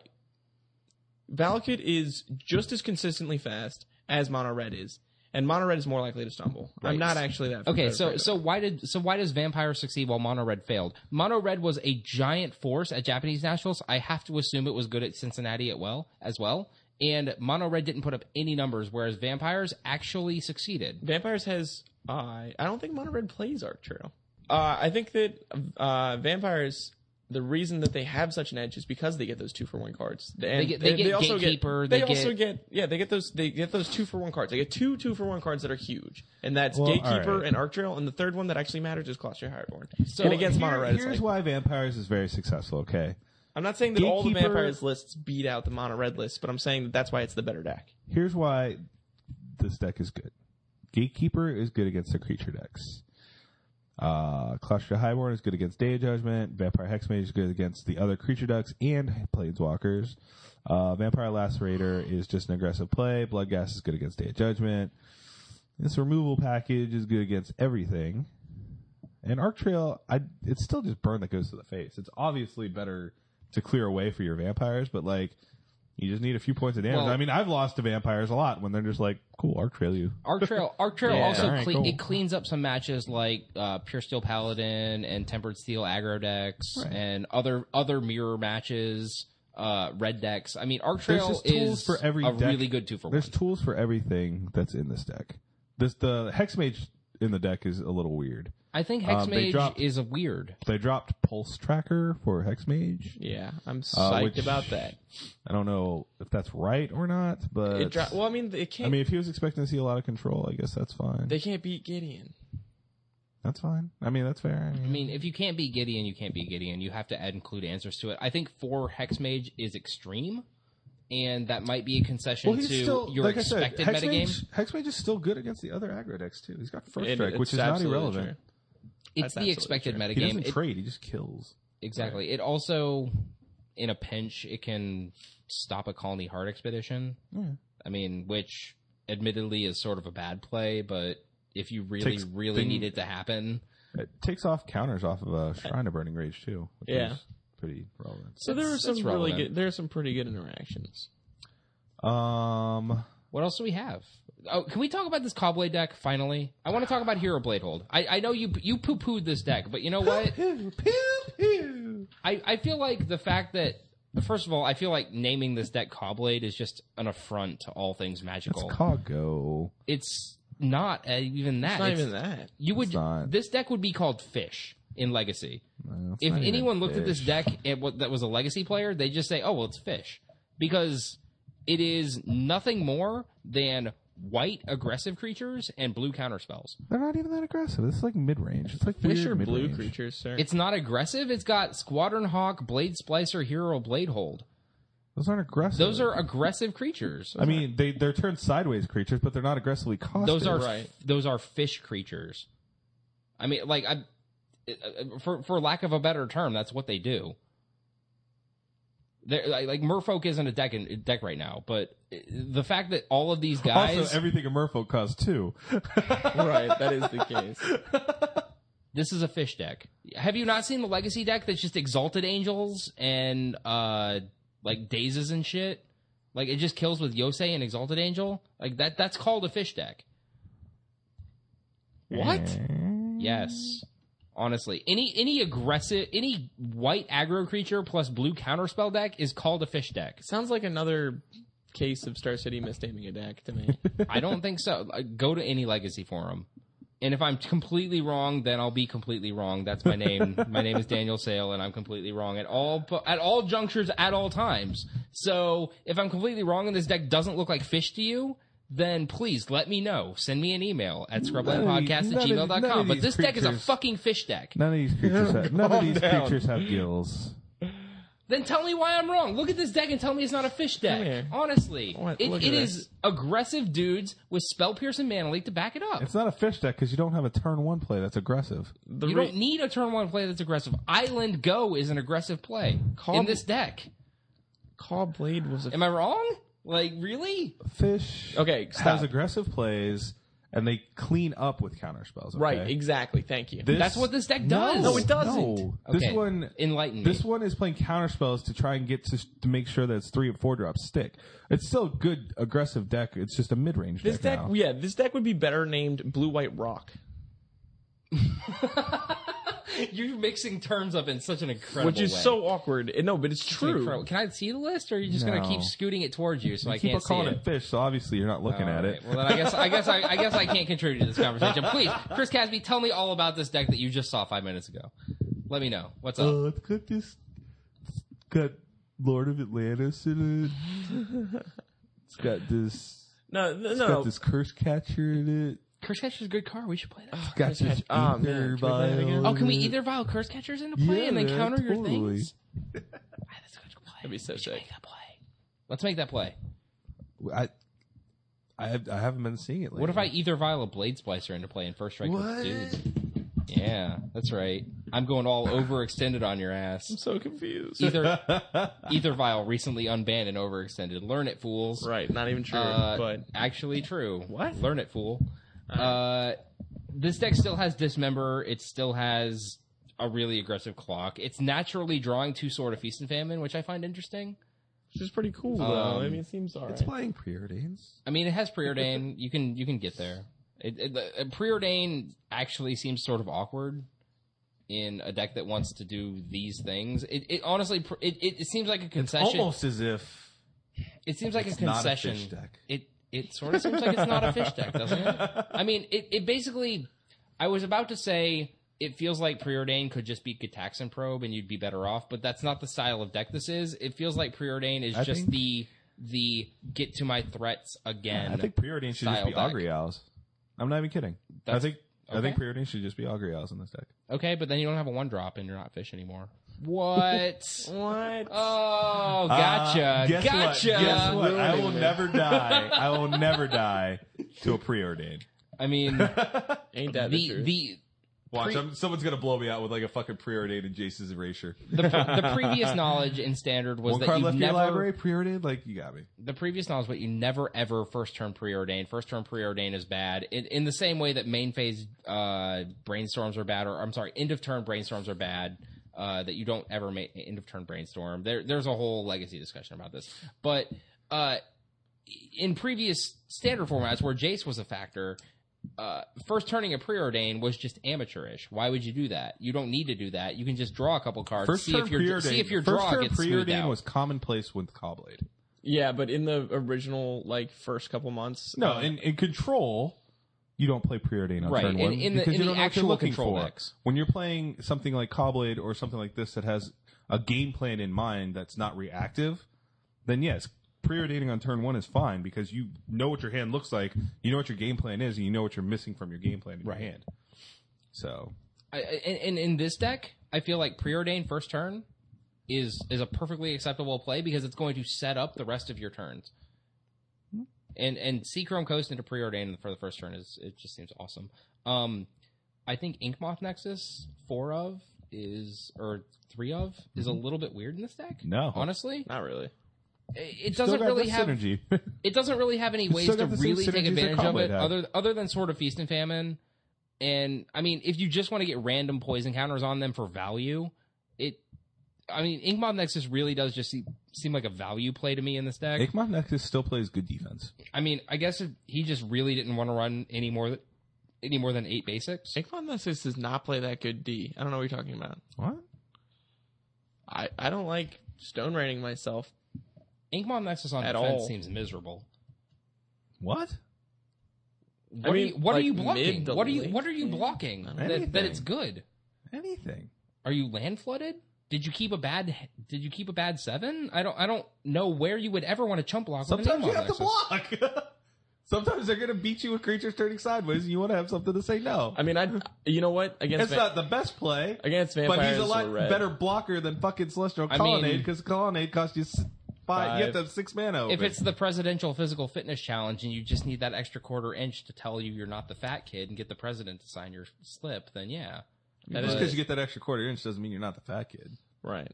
Valakut is just as consistently fast as Mono Red is, and Mono Red is more likely to stumble. I'm Right. not actually that. Okay, that so afraid so why did so why does Vampire succeed while Mono Red failed? Mono Red was a giant force at Japanese Nationals. I have to assume it was good at Cincinnati at well as well. And Mono Red didn't put up any numbers, whereas Vampires actually succeeded. of it. Vampires has. Uh, I don't think Mono Red plays Arc Trail. Uh, I think that uh, Vampires the reason that they have such an edge is because they get those two for one cards. And They get- they get Gatekeeper, They, they also get- get yeah. They get those. They get those two for one cards. They get two two for one cards that are huge, and that's Well, Gatekeeper alright. and Arc Trail. And the third one that actually matters is Claustria Highborn. So Well, and against Here- Mono Red, it's here's like- why Vampires is very successful. Okay, I'm not saying that all the Gatekeeper- vampires lists beat out the Mono Red list, but I'm saying that that's why it's the better deck. here's why this deck is good. Gatekeeper is good against the creature decks. Uh, Claustria Highborn is good against Day of Judgment. Vampire Hexmage is good against the other creature decks and Planeswalkers. Uh, Vampire Lacerator is just an aggressive play. Bloodgas is good against Day of Judgment. This removal package is good against everything. And Arc Trail, I, it's still just burn that goes to the face. It's obviously better to clear away for your vampires, but like, you just need a few points of damage. Well- I mean, I've lost to vampires a lot when they're just like, cool, Arc Trail you. *laughs* Arc Trail, Arc Trail Yeah. also Alright, clean, cool. it cleans up some matches like uh, Pure Steel Paladin and Tempered Steel aggro decks and other other mirror matches, uh, red decks. I mean, Arc There's Trail just tools is for every a deck. really good two for one. There's tools for everything that's in this deck. This the Hexmage in the deck is a little weird. I think um, they Hexmage dropped- is a weird. They dropped Pulse Tracker for Hexmage. Yeah, I'm Uh, psyched which- about that. I don't know if that's right or not, but It dro- well, I mean, it I can't. mean, if he was expecting to see a lot of control, I guess that's fine. they can't beat Gideon. that's fine. I mean, that's fair. I mean, I mean, if you can't be Gideon, you can't be Gideon. You have to add include answers to it. I think four Hexmage is extreme, and that might be a concession well, he's to still your like expected I said, metagame. Hexmage, Hexmage is still good against the other aggro decks too. He's got first It- strike, it's which is not absolutely irrelevant. true. It's That's the expected absolutely He metagame. doesn't It- trade; he just kills. Exactly. It also, in a pinch, it can stop a colony heart expedition. I mean, which admittedly is sort of a bad play, but if you really, Takes really thing- need it to happen, It takes off counters off of a Shrine of Burning Rage too, which Yeah. is pretty relevant. So there are That's- some that's really relevant. good. There are some pretty good interactions. Um, what else do we have? Oh, can we talk about this Cobblade deck finally? I want to talk about Hero Blade Hold. I, I know you you poo pooed this deck, but you know *laughs* what? pew, pew, pew. I, I feel like the fact that first of all, I feel like naming this deck Cobblade is just an affront to all things It's magical. Coggo. it's not uh, even that. It's not It's- even that. You would It's not. this deck would be called Fish in Legacy. No, it's If Uh, not even anyone looked at this fish. deck and what that was a Legacy player, they just say, "Oh, well, it's Fish," because it is nothing more than white aggressive creatures and blue counter spells. they're not even that aggressive. It's like mid range. It's like Fish weird are blue mid-range. creatures, sir. It's not aggressive. It's got Squadron Hawk, Blade Splicer, Hero, Blade Hold. Those aren't aggressive. Those are aggressive creatures. I mean, they they're turned sideways creatures, but they're not aggressively costed. those are Right. those are fish creatures. I mean, like I, uh, for for lack of a better term, that's what they do. They're, like, like Merfolk isn't a deck in, deck right now, but uh, the fact that all of these guys, also everything a merfolk costs too. *laughs* right, that is the *laughs* case. this is a fish deck. Have you not seen the legacy deck that's just exalted angels and uh like dazes and shit? Like it just kills with Yosei and exalted angel. Like that that's called a fish deck. What? Yes. Honestly, any any aggressive any white aggro creature plus blue counterspell deck is called a fish deck. Sounds like another case of Star City misnaming a deck *laughs* to me. I don't think so. *laughs* Like, Go to any legacy forum. And if I'm completely wrong, then I'll be completely wrong. That's my *laughs* name. my name is Daniel Sale and I'm completely wrong at all po- at all junctures at all times. So, if I'm completely wrong and this deck doesn't look like fish to you, then please let me know. Send me an email at scrublandpodcast none at of- gmail dot none of com. But these this deck is a creatures- fucking fish deck. None of these creatures. Have, none of Calm these down. creatures have gills. Then tell me why I'm wrong. Look at this deck and tell me it's not a fish deck. here. Honestly, What- it, look it at is this. aggressive dudes with spell pierce and mana leak to back it up. It's not a fish deck because you don't have a turn one play that's aggressive. The you re- don't need a turn one play that's aggressive. Island Go is an aggressive play in Calm- this deck. Call Blade was a Am I wrong? Like really? *laughs* Fish Okay, has stop. aggressive plays and they clean up with counter spells. okay? right. Exactly. Thank you. This- That's what this deck does. No, it doesn't. no. This Okay, one enlighten me. This one is playing counter spells to try and get to, to make sure that it's three and four drops stick. It's still a good aggressive deck. It's just a mid range This deck, now. yeah, this deck would be better named Blue White Rock, You're mixing terms up in such an incredible which is way. so awkward. And No, but it's It's true. incredible. Can I see the list, or are you just gonna No. keep scooting it towards you so I People can't see calling it? it fish, so obviously you're not looking All at it. right. Well, then I guess I guess I, I guess I can't contribute to this conversation. Please, Chris Casby, tell me all about this deck that you just saw five minutes ago. Let me know. What's up? Uh, it's got this. It's got Lord of Atlantis in it. it's got this. No, *laughs* no, It's no. got this curse catcher in it. Curse Catcher's a good car. We should play *sighs* that. It's got Curse this Catcher. Oh, man. Can ether we play that again? vial Oh, can we in it. either vial Curse Catchers into play Yeah, and then man, counter your totally. things? Ah, that's a good play. That'd be so We should sick. make that play. Let's make that play. I, I, have, I haven't been seeing it. Lately. What if I either vial a Blade Splicer into play and first strike What? with dude? Yeah, that's right. I'm going all overextended on your I'm *laughs* ass. so confused. Either either vial recently unbanned and overextended. Learn it, fools. right, not even true. Uh, but actually true. What? Learn it, fool. Uh, this deck still has dismember. It still has a really aggressive clock. It's naturally drawing two sword of feast and famine, which I find interesting. which is pretty cool though. Um, I mean, it seems alright. It's playing preordains. I mean, it has *laughs* preordain. you can you can get there. It, it, the- uh, preordain actually seems sort of awkward in a deck that wants to do these things. It, it honestly pr- it, it, it seems like a concession. Almost as if it seems like a it's not a concession. fish deck. It it sort of seems like it's not a fish deck, doesn't it? I mean, it, it basically. I was about to say it feels like preordain could just be Gataxan probe and you'd be better off, but that's not the style of deck this is. It feels like preordain is I just think- the the get to my threats again. I think preordain should just style be deck. Ogre Owls. I'm not even kidding. I That's- think I think okay. preordain should just be Ogre Owls in this deck. Okay, but then you don't have a one drop and you're not fish anymore. *laughs* What? what? oh, Uh, gotcha. guess gotcha. What? Guess what? I will Ruining it. *laughs* never die. I will never die to a preordain. I *laughs* mean, the Ain't that Uh, the, truth? the Watch, Pre- I'm, someone's gonna blow me out with like a fucking preordained Jace's erasure. the, pre- the previous knowledge in standard was One that card you left in your never library, preordained. Like you got me. the previous knowledge, but you never ever first turn preordain. First turn preordain is bad. In, in the same way that main phase uh, brainstorms are bad, or I'm sorry, end of turn brainstorms are bad. Uh, that you don't ever make end of turn brainstorm. There, there's a whole legacy discussion about this, but uh, in previous standard formats where Jace was a factor, uh, first turning a preordain was just amateurish. Why would you do that? You don't need to do that. You can just draw a couple cards, First see turn if your preordained. see if your first draw turn gets smoothed preordained out. was commonplace with Cobblade. yeah, but in the original like first couple months, No, uh, in, in control, you don't play preordain on Right, turn in- one in the- because in the you don't know what you're actual looking control for. decks. When you're playing something like Cobblade or something like this that has a game plan in mind that's not reactive, then yes, preordaining on turn one is fine because you know what your hand looks like, you know what your game plan is, and you know what you're missing from your game plan in your hand. So I, I- in, in in this deck, I feel like preordain first turn is is a perfectly acceptable play because it's going to set up the rest of your turns. And and see Chrome Coast into preordain for the first turn is it just seems awesome. Um, I think Ink Moth Nexus four of is or three of is a little bit weird in this deck. Mm-hmm. No. honestly, not really. it, it still doesn't got really that have *laughs* synergy. it doesn't really have any ways still to got the same really take synergies that advantage of Combat it had. other other than sort of feast and famine. And I mean, if you just want to get random poison counters on them for value, it. I mean, Ink Mob Nexus really does just see, seem like a value play to me in this deck. Ikmon Nexus still plays good defense. I mean, I guess if he just really didn't want to run any more th- any more than eight basics. Saquon Nessus does not play that good D. I don't know what you're talking about. What? I, I don't like stone raining myself. Ink Mob Nexus on At defense all. seems miserable. What? What, are, mean, you, what like, are you blocking? mid to What are you late What are you game? blocking? I don't That, that Anything. it's good. Anything. Are you land flooded? Did you keep a bad? Did you keep a bad seven? I don't. I don't know where you would ever want to chump block. with an Sometimes you Inmon have to Nexus. block. *laughs* Sometimes they're going to beat you with creatures turning sideways, and you want to have something to say no. I mean, I you know what against it's va- not the best play, against vampires, but he's a or lot red. better blocker than fucking Celestial I Colonnade mean- because Colonnade costs you s- five, You have Five. to have six mana. Open. If it's the presidential physical fitness challenge and you just need that extra quarter inch to tell you you're not the fat kid and get the president to sign your slip, then yeah, that just is. because you get that extra quarter inch doesn't mean you're not the fat kid. Right.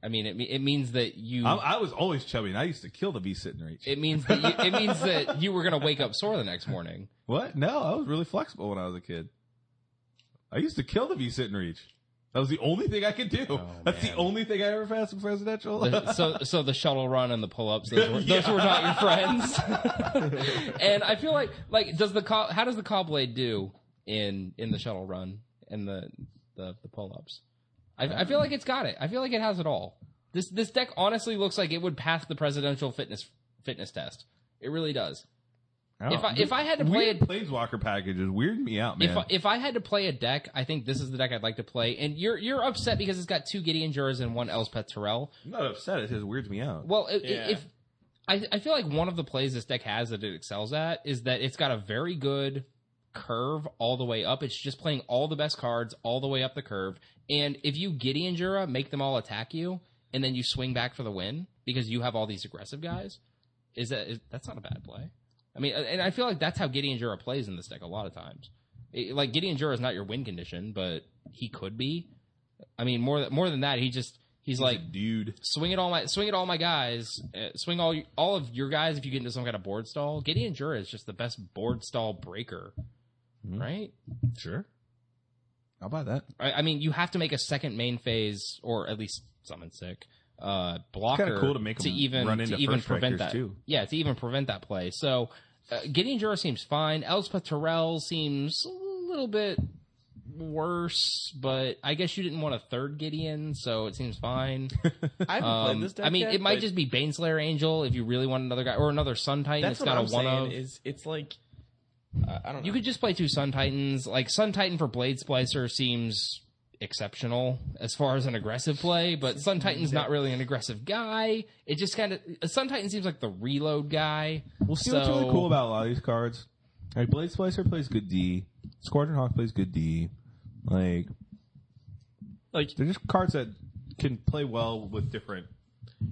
I mean, it me- it means that you. I, I was always chubby, and I used to kill the V sitting reach. Mm. it means that you, it means that you were gonna wake up sore the next morning. what? No, I was really flexible when I was a kid. I used to kill the V sit and reach. That was the only thing I could do. That's the only thing I ever passed in presidential. *laughs* so so Oh, the shuttle run and the pull ups those, were, those were not your friends. and I feel like like does the co- how does the cobblade do in in the shuttle run and the the, the pull ups? I, I feel like it's got it. I feel like it has it all. This this deck honestly looks like it would pass the presidential fitness fitness test. It really does. I don't- If I- if I had to play weird it- planeswalker packages weird me out, man. If I, if I had to play a deck, I think this is the deck I'd like to play. And you're you're upset because it's got two Gideon Jurors and one Elspeth Terrell. I'm not upset. It just weirds me out. Well, i- i- Yeah. if I, I feel like one of the plays this deck has that it excels at is that it's got a very good curve all the way up. It's just playing all the best cards all the way up the curve. And if you Gideon Jura, make them all attack you, and then you swing back for the win because you have all these aggressive guys. Is that is, that's not a bad play? I mean, and I feel like that's how Gideon Jura plays in this deck a lot of times. It- like Gideon Jura is not your win condition, but he could be. I mean, more th- more than that, he just he's like dude, swing it all my swing it all my guys uh, swing all all of your guys if you get into some kind of board stall gideon jura is just the best board stall breaker right Mm-hmm. sure, I'll buy that. I, I mean you have to make a second main phase or at least summon sick uh blocker cool to make 'em even run to into even first prevent that strikers, too. yeah to even prevent that play so uh, gideon jura seems fine elspeth terrell seems a little bit worse but i guess you didn't want a third gideon so it seems fine I haven't Um, played this deck. I mean, yet, it might but just be Baneslayer Angel if you really want another guy or another Sun Titan. it's That's what got I'm a one saying. of. Is it's like I- I don't know. you could just play two Sun Titans. Like Sun Titan for Blade Splicer seems exceptional as far as an aggressive play, but Sun Titan's not really an aggressive guy. It just kind of Sun Titan seems like the reload guy. We'll see what's really So- cool about a lot of these cards. Like Blade Splicer plays good D, Squadron Hawk plays good D. Like like they're just cards that can play well with different.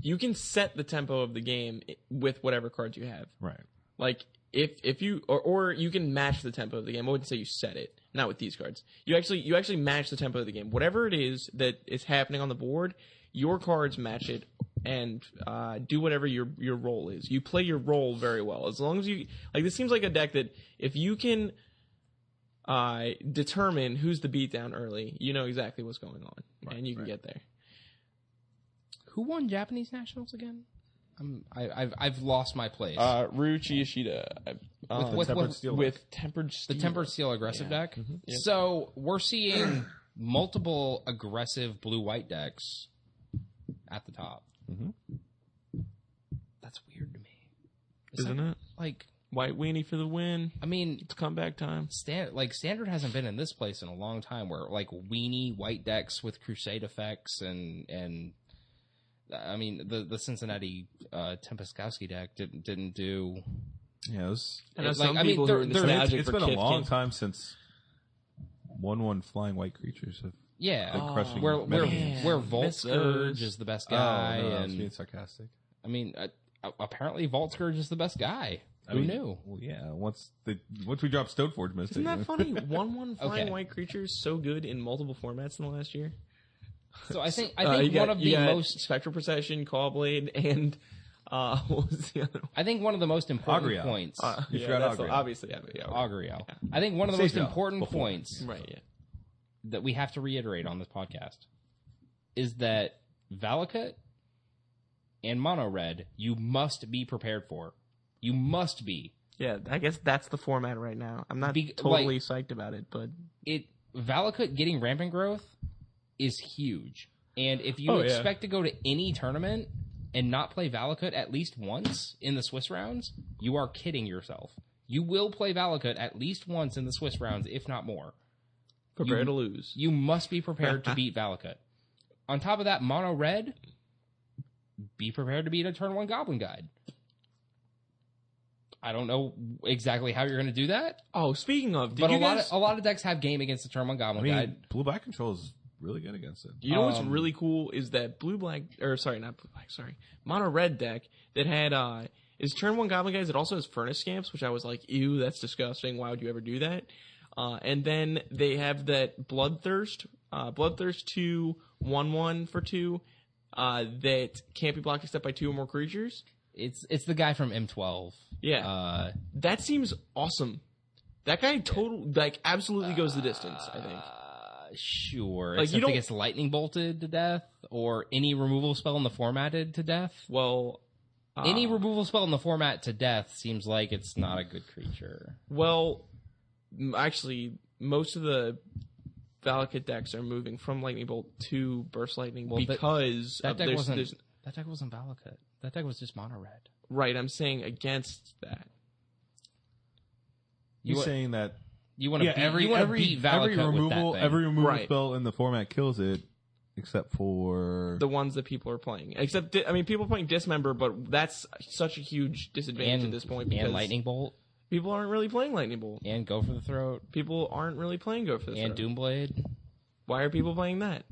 you can set the tempo of the game i- with whatever cards you have. Right. Like if if you or, or you can match the tempo of the game. I wouldn't say you set it. Not with these cards. You actually you actually match the tempo of the game. Whatever it is that is happening on the board, your cards match it and uh, do whatever your your role is. You play your role very well. As long as you like this seems like a deck that if you can uh, determine who's the beatdown early, you know exactly what's going on. and you can get there. Who won Japanese nationals again? I'm, I, I've I've lost my place Uh, Ruchi Ishida. I- um, with Tempered what Steel with tempered steel. the tempered steel aggressive Yeah. deck. So we're seeing *clears throat* multiple aggressive blue white decks at the top. Mm-hmm. That's weird to me, It's isn't like, it? Like, White weenie for the win. I mean, It's comeback time. stand like standard hasn't been in this place in a long time. Where like weenie white decks with crusade effects and and. I mean, the the Cincinnati uh, Tempestkowski deck didn't didn't do. Yeah. It was, I know Like, some I mean, people who they're- are they're- it's, nostalgic it's for been a Kid long King. time since one-one flying white creatures have Yeah, been crushing. where where meta games. Oh, man. where Miss Volscourge those. is the best Oh, guy, no, I was and being sarcastic. I mean, uh, uh, apparently Vault Scourge is the best guy. I Who mean, *laughs* knew? Well, yeah. Once the once we drop Stoneforge, missed Isn't it. *laughs* that funny? One one flying Okay. white creatures so good in multiple formats in the last year. So I think I Uh, think you one got- of you the got most spectral procession, call blade, and uh, *laughs* what was the other one? I think one of the most important Agria. points, Uh, You yeah, forgot that's the- Ogre. obviously, yeah, yeah, Ogre. Agrio. I think one of the most Seja, important before. points right. Yeah. that we have to reiterate on this podcast is that Valakut and Mono Red you must be prepared for. You must be. Yeah, I guess that's the format right now. I'm not Be- totally psyched about it, but it Valakut getting rampant growth is huge. And if you Oh, yeah. expect to go to any tournament and not play Valakut at least once in the Swiss rounds, you are kidding yourself. You will play Valakut at least once in the Swiss rounds, if not more. prepare to lose. You must be prepared *laughs* to beat Valakut. On top of that, Mono Red, be prepared to beat a turn one Goblin Guide. I don't know exactly how you're going to do that, Oh, speaking of, did but a you lot guys- of a lot of decks have game against the turn one Goblin I mean, Guide. blue black control is really good against it. You know what's Um, really cool is that blue black or sorry not blue black sorry mono red deck that had uh is turn one goblin guys. It also has furnace scamps, which I was like, ew, that's disgusting. Why would you ever do that? Uh, and then they have that bloodthirst, uh, bloodthirst two one one for two uh, that can't be blocked except by two or more creatures. It's it's the guy from M12. Yeah, Uh, that seems awesome. That guy total like absolutely goes the distance. I think. uh, sure. Like, Except you don't- it gets lightning bolted to death, or any removal spell in the formatted to death. Well, uh, any removal spell in the format to death seems like it's not a good creature. Well, m- actually, most of the Valakut decks are moving from Lightning Bolt to Burst Lightning Well, that- because That of- deck Uh, there's, wasn't. there's- That deck wasn't Valakut. That deck was just mono red. right. I'm saying against that. He's You, wa- saying that you want to yeah, every you want to every beat Valakut every removal with that thing. every removal Right. spell in the format kills it, except for the ones that people are playing. Except, di- I mean, people are playing Dismember, but that's such a huge disadvantage and, at this point because and lightning bolt people aren't really playing Lightning Bolt. and go for the throat People aren't really playing Go for the and Throw. doomblade Why are people playing that?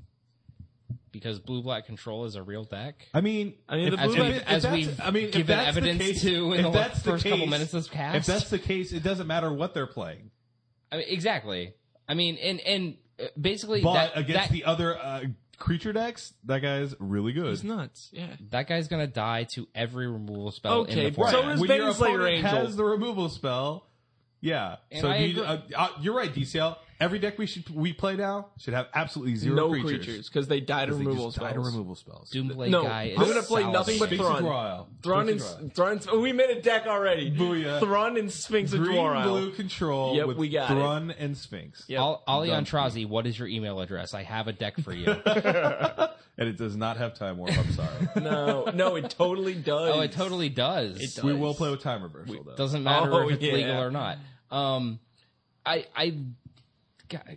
because blue black control is a real deck. I mean, I mean, the if- blue if light- it- if as that's- we've I mean, if given that's the evidence case- to in if the that's the first couple case- minutes of this cast. If that's the case, it doesn't matter what they're playing. I mean, exactly. I mean, and and uh, basically But that against that, the other uh, creature decks, that guy's really good. It's nuts. Yeah. that guy's gonna die to every removal spell. in Okay, the so format. does when your Venuslayer opponent Angel. has the removal spell, yeah. And so I do you, uh, agree. uh, you're right, DCL. Every deck we should we play now should have absolutely zero no creatures. creatures because they died of They removal just die to spells. removal spells. Doomblade No, guy is I'm gonna play solid. nothing but Sphinx Thrawn. of Ryle. Thrawn and Sphinx of Ryle. Thrawn. We made a deck already. Booyah. Thrawn and Sphinx of Green Dwar Isle. blue control Yep, with we got it. Thrun and Sphinx. Yep. Al- Ali Antrazi, what is your email address? I have a deck for *laughs* you. And it does not have time warp, *laughs* I'm sorry. No, no, it totally does. oh, it totally does. It does. we will play with time reversal though. Doesn't matter Oh, if it's yeah. legal or not. Um, I I God,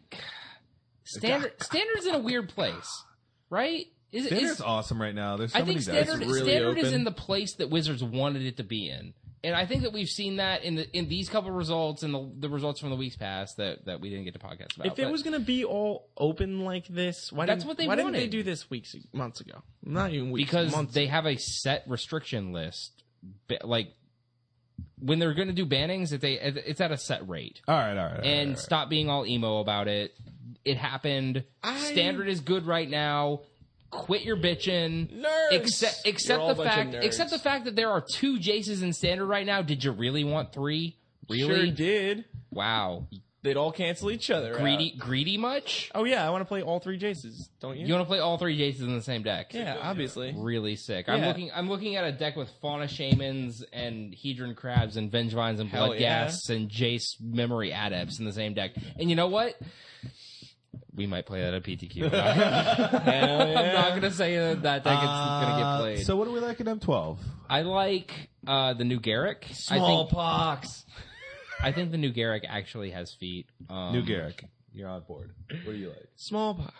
standard standards in a weird place, right? Is, is- Standard's awesome right now. There's so I think many decks. standard really standard is open. in the place that Wizards wanted it to be in, and I think that we've seen that in the in these couple results and the, the results from the weeks past that that we didn't get to podcast about. If it But was gonna be all open like this, why That's didn't, what they why didn't they wanted. do this weeks months ago? Not even weeks, because months. they have a set restriction list, ba- like when they're going to do bannings, if they it's at a set rate. All right, all right. all right, and all right. stop being all emo about it. It happened. I- Standard is good right now. Quit your bitching. Nerds! Except You're all except a the bunch of fact nerds. except the fact that there are two Jaces in standard right now. Did you really want three? Really? sure did. Wow. They'd all cancel each other. out. Greedy greedy much? Oh yeah, I want to play all three Jaces. Don't you? You want to play all three Jaces in the same deck? yeah, obviously. Really sick. I'm Yeah. looking. I'm looking at a deck with Fauna Shamans and Hedron Crabs and Vengevines and Hell Blood yeah. Gas and Jace Memory Adepts in the same deck. And you know what? We might play that at PTQ. *laughs* Hell I'm yeah. not gonna say that that deck is gonna get Uh, played. So what do we like in M12? I like uh, the new Garrick. *laughs* *laughs* Smallpox. I think, I think the new Garrick actually has feet. Um, New Garrick, you're on board. What do you like? Smallpox.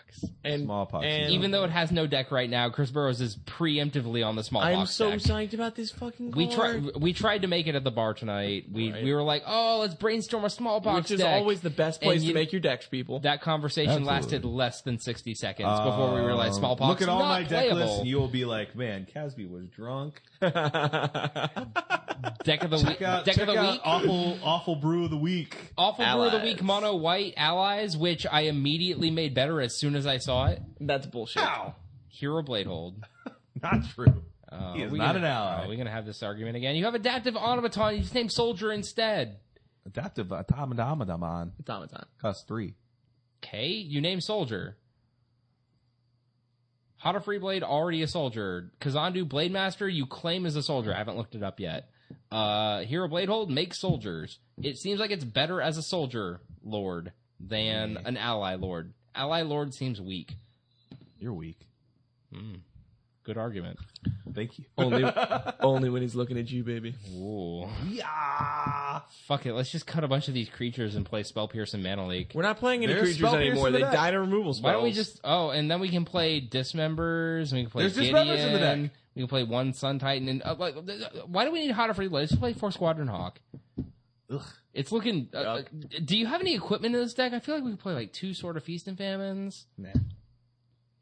And Smallpox, And yeah. Even though it has no deck right now, Chris Burrows is preemptively on the smallpox I'm so deck. psyched about this fucking. We card. tried. We tried to make it at the bar tonight. We Right. we were like, oh, let's brainstorm a smallpox which is deck. always the best And place you- to make your decks, people. That conversation Absolutely. lasted less than sixty seconds before we realized Um, smallpox. Look at all not my deck playable. lists, and you will be like, "Man, Casby *laughs* was drunk." deck of the Check week. out, Deck check of the out week. awful, awful brew of the week. *laughs* Awful Brew of the Allies. Week mono white allies, which I immediately made better as soon as I saw it. That's bullshit. Hero Bladehold. Not true. Uh, he is we not gonna- an ally. Are we going to have this argument again? You have Adaptive Automaton. You just name Soldier instead. Adaptive uh, Automatomaton Automaton. costs three. Okay, you name Soldier. Hot Free Blade already a soldier. Kazandu Blade Master you claim is a soldier. I haven't looked it up yet. Uh, Hero Bladehold makes soldiers. It seems like it's better as a soldier lord than an ally lord. Ally lord seems weak. You're weak. Good argument. Thank you. Oh, *laughs* Only, only when he's looking at you, baby. Ooh. yeah. Fuck it. Let's just cut a bunch of these creatures and play Spell Pierce and Mana Leak. We're not playing any There's creatures spell pierce anymore. in the They deck. died of removal spells. Why don't we just? Oh, and then we can play dismembers. And we can play There's Gideon, dismembers in the deck. We can play one Sun Titan. And uh, like, uh, why do we need Hotter Free Blade? Let's just play four Squadron Hawk. Ugh. It's looking. Uh, uh, do you have any equipment in this deck? I feel like we could play like two Sword of Feast and Famines. Nah.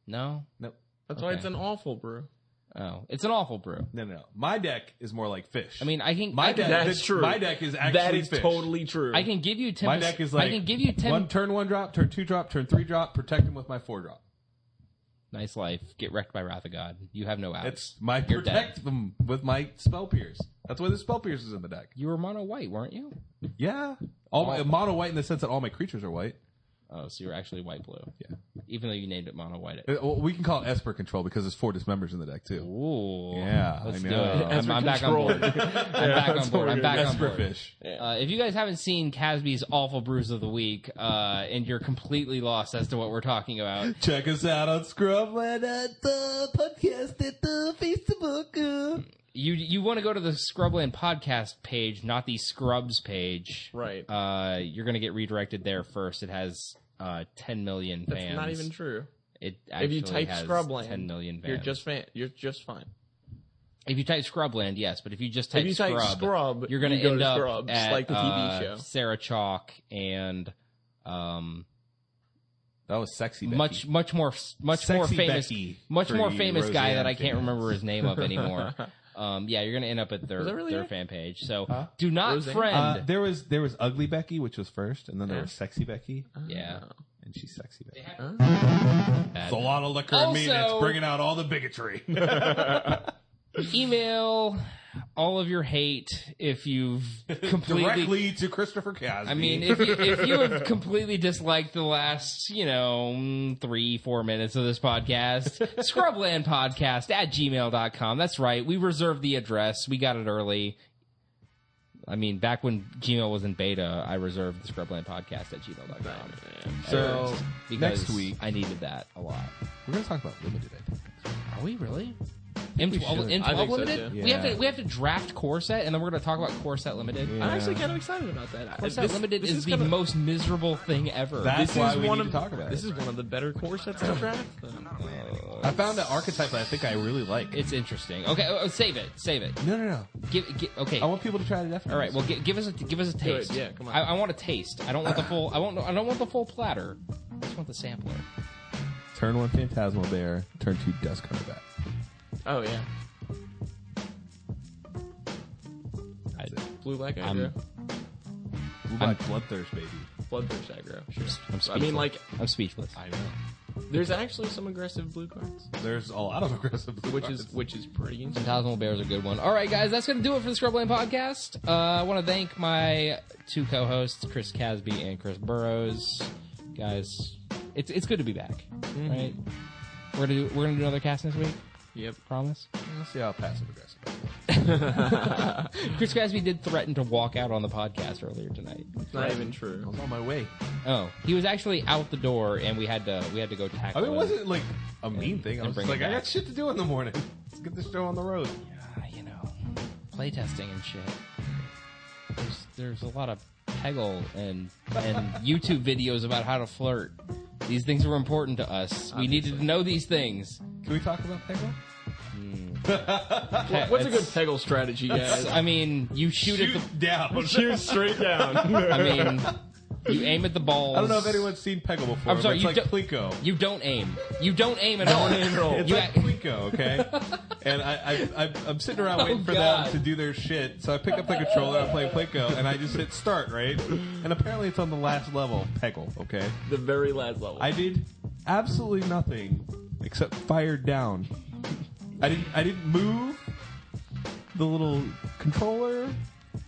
No. Nope. That's why Okay. it's an awful brew. Oh, it's an awful brew. No, no, no. My deck is more like fish. I mean, I can. my I can, deck. That's the- true. My deck is actually that is fish. totally true. I can give you ten. My deck is like I can give you ten. one turn one drop, turn two drop, turn three drop. Protect him with my four drop. Nice life. Get wrecked by Wrath of God. You have no outs. That's my You're dead. protect him with my spell pierce. That's why the spell pierce is in the deck. You were mono white, weren't you? Yeah, all my, mono white in the sense that all my creatures are white. Oh, so you were actually white blue. Yeah. Even though you named it mono white. Uh, well, we can call it Esper control because there's four dismembers in the deck too. Ooh. Yeah, Let's I do it. know. I'm, Esper I'm back on control. board. I'm back on board. I'm back on Esper board. fish. Uh, if you guys haven't seen Casby's awful brews of the week, uh, and you're completely lost as to what we're talking about, Check us out on Scrubland at the podcast at the Facebook. you you want to go to the Scrubland podcast page, not the Scrubs page. Right. Uh, you're gonna get redirected there first. It has uh 10 million That's fans. not even true. It If you actually type has Scrubland, 10 million fans. you're just fan. You're just fine. if you type Scrubland, yes, but if you just type, if you Scrub, type Scrub, you're gonna you go end to up Scrubs, at like the TV uh, show. Sarah Chalk and um That was sexy. Becky. much much more much more Sexy famous Becky much for more you famous guy Roseanne that I fans. can't remember his name of anymore. *laughs* um, yeah, you're gonna end up at their Was that really their it? fan page. So do not Roseanne? friend. Uh, there was there was ugly Becky, which was first, and then there was sexy Becky, yeah. and she's sexy Becky. Bad. It's a lot of liquor in me, and it's Also- bringing out all the bigotry. *laughs* Email all of your hate if you've *laughs* completely. to Christopher Casby. I mean, if you, if you *laughs* have completely disliked the last, you know, mm, three, four minutes of this podcast, scrublandpodcast at gmail.com. That's right. We reserved the address. We got it early. I mean, back when Gmail was in beta, I reserved the scrublandpodcast at gmail.com. so Because next week I needed that a lot. we're going to talk about limited. I think. Are we really? M12, I M12 think so, limited? too. We have to Yeah. we have to draft core set, and then we're going to talk about core set limited. Yeah. Uh, I'm actually kind of excited about that. Core set limited is, the gonna- most miserable thing ever. That's This why is we one need of to talk about this it. is one of the better core sets to draft. though. I found an archetype that I think I really like. it's interesting. Okay, oh, oh, save it, save it. No, no, no. Give, gi- okay. I want people to try it after. All right. Well, gi- give us a give us a taste. yeah, come on. I, I want a taste. I don't *sighs* want the full. I won't. I don't want the full platter. I just want the sampler. turn one Phantasmal Bear, turn two Dust Combat. Oh yeah, I, blue black I'm- aggro, Blue Black Bloodthirst, baby. bloodthirst aggro. I'm Sure. I speechless. mean, like, I'm speechless. I know. there's actually some aggressive blue cards, There's a lot of aggressive blue which cards. is which is pretty. Interesting. Phantasmal Bear is a good one. All right, guys, that's going to do it for the Scrubland podcast. Uh, I want to thank my two co-hosts, Chris Casby and Chris Burrows. Guys, it's it's good to be back. Mm-hmm. Right, we're gonna do, we're gonna do another cast next week. Yep. *laughs* Promise. Let's see how passive aggressive. Chris Casby did threaten to walk out on the podcast earlier tonight. It's not even true. was on my way. Oh, he was actually out the door, and we had to we had to go I tackle. mean, it him. wasn't like a mean thing. I and was bring just like, it I back. got shit to do in the morning. Let's get this show on the road. Ah, you know, playtesting and shit. There's, there's a lot of Peggle and *laughs* and YouTube videos about how to flirt. These things were important to us. We needed to know these things. Can we talk about Peggle? Pe- What's a good it's- peggle strategy, *laughs* guys? I mean, you shoot, at down. *laughs* Shoot straight down. the. I mean, you *laughs* aim at the balls. I don't know if anyone's seen Peggle before. I'm sorry, but you it's like don't- Plinko. You don't aim. You don't aim at all. *laughs* It's You like a- Plinko, okay? *laughs* and I, I, I, I'm sitting around waiting for Oh, God. them to do their shit. So I pick up the controller, I'm playing Plinko, and I just hit start, right? And apparently it's on the last level, Peggle, okay? *laughs* the very last level. *laughs* I did absolutely nothing except fire down. I didn't, I didn't move the little controller,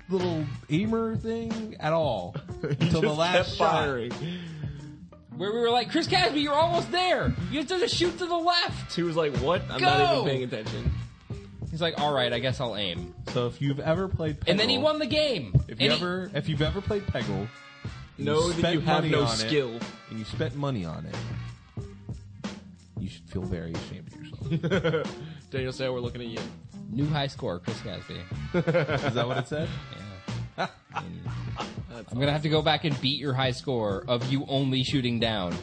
little aimer thing at *laughs* all until the last Kept shot. firing. where we were like, Chris Casby, you're almost there. You have to just shoot to the left. He was like, "What? I'm Go! not even paying attention." He's like, all right, I guess I'll aim. So if you've ever played, Peggle, And then he won the game. If And you he- ever, if you've ever played Peggle, Know that spent you have money no on it. skill. and you spent money on it, you should feel very ashamed of *laughs* yourself. Daniel Sale, we're looking at you. New high score, Chris Casby. Is that what it said? I'm gonna have to go back and beat your high score of you only shooting down.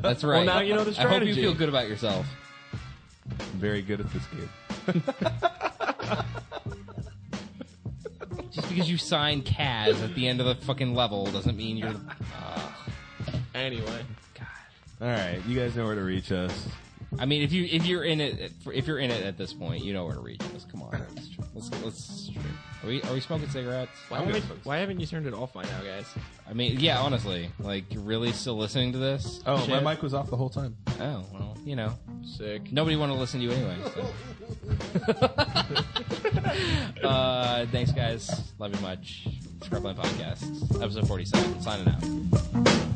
That's right. now you know the I hope you strategy. feel good about yourself. I'm very good at this game. Just because you sign Kaz at the end of the fucking level doesn't mean you're. Anyway, All right, you guys know where to reach us. I mean, if you if you're in it if you're in it at this point, you know where to reach us. Come on, let's let's, let's are we are we smoking cigarettes? why, haven't, why haven't you turned it off by now, guys? I mean, yeah, honestly, like you're really still listening to this? Oh, Shit. my mic was off the whole time. Oh, well, you know, Sick. nobody wanted to listen to you anyway. So. uh, thanks, guys. Love you much. Scrubland Podcast, episode 47. Signing out.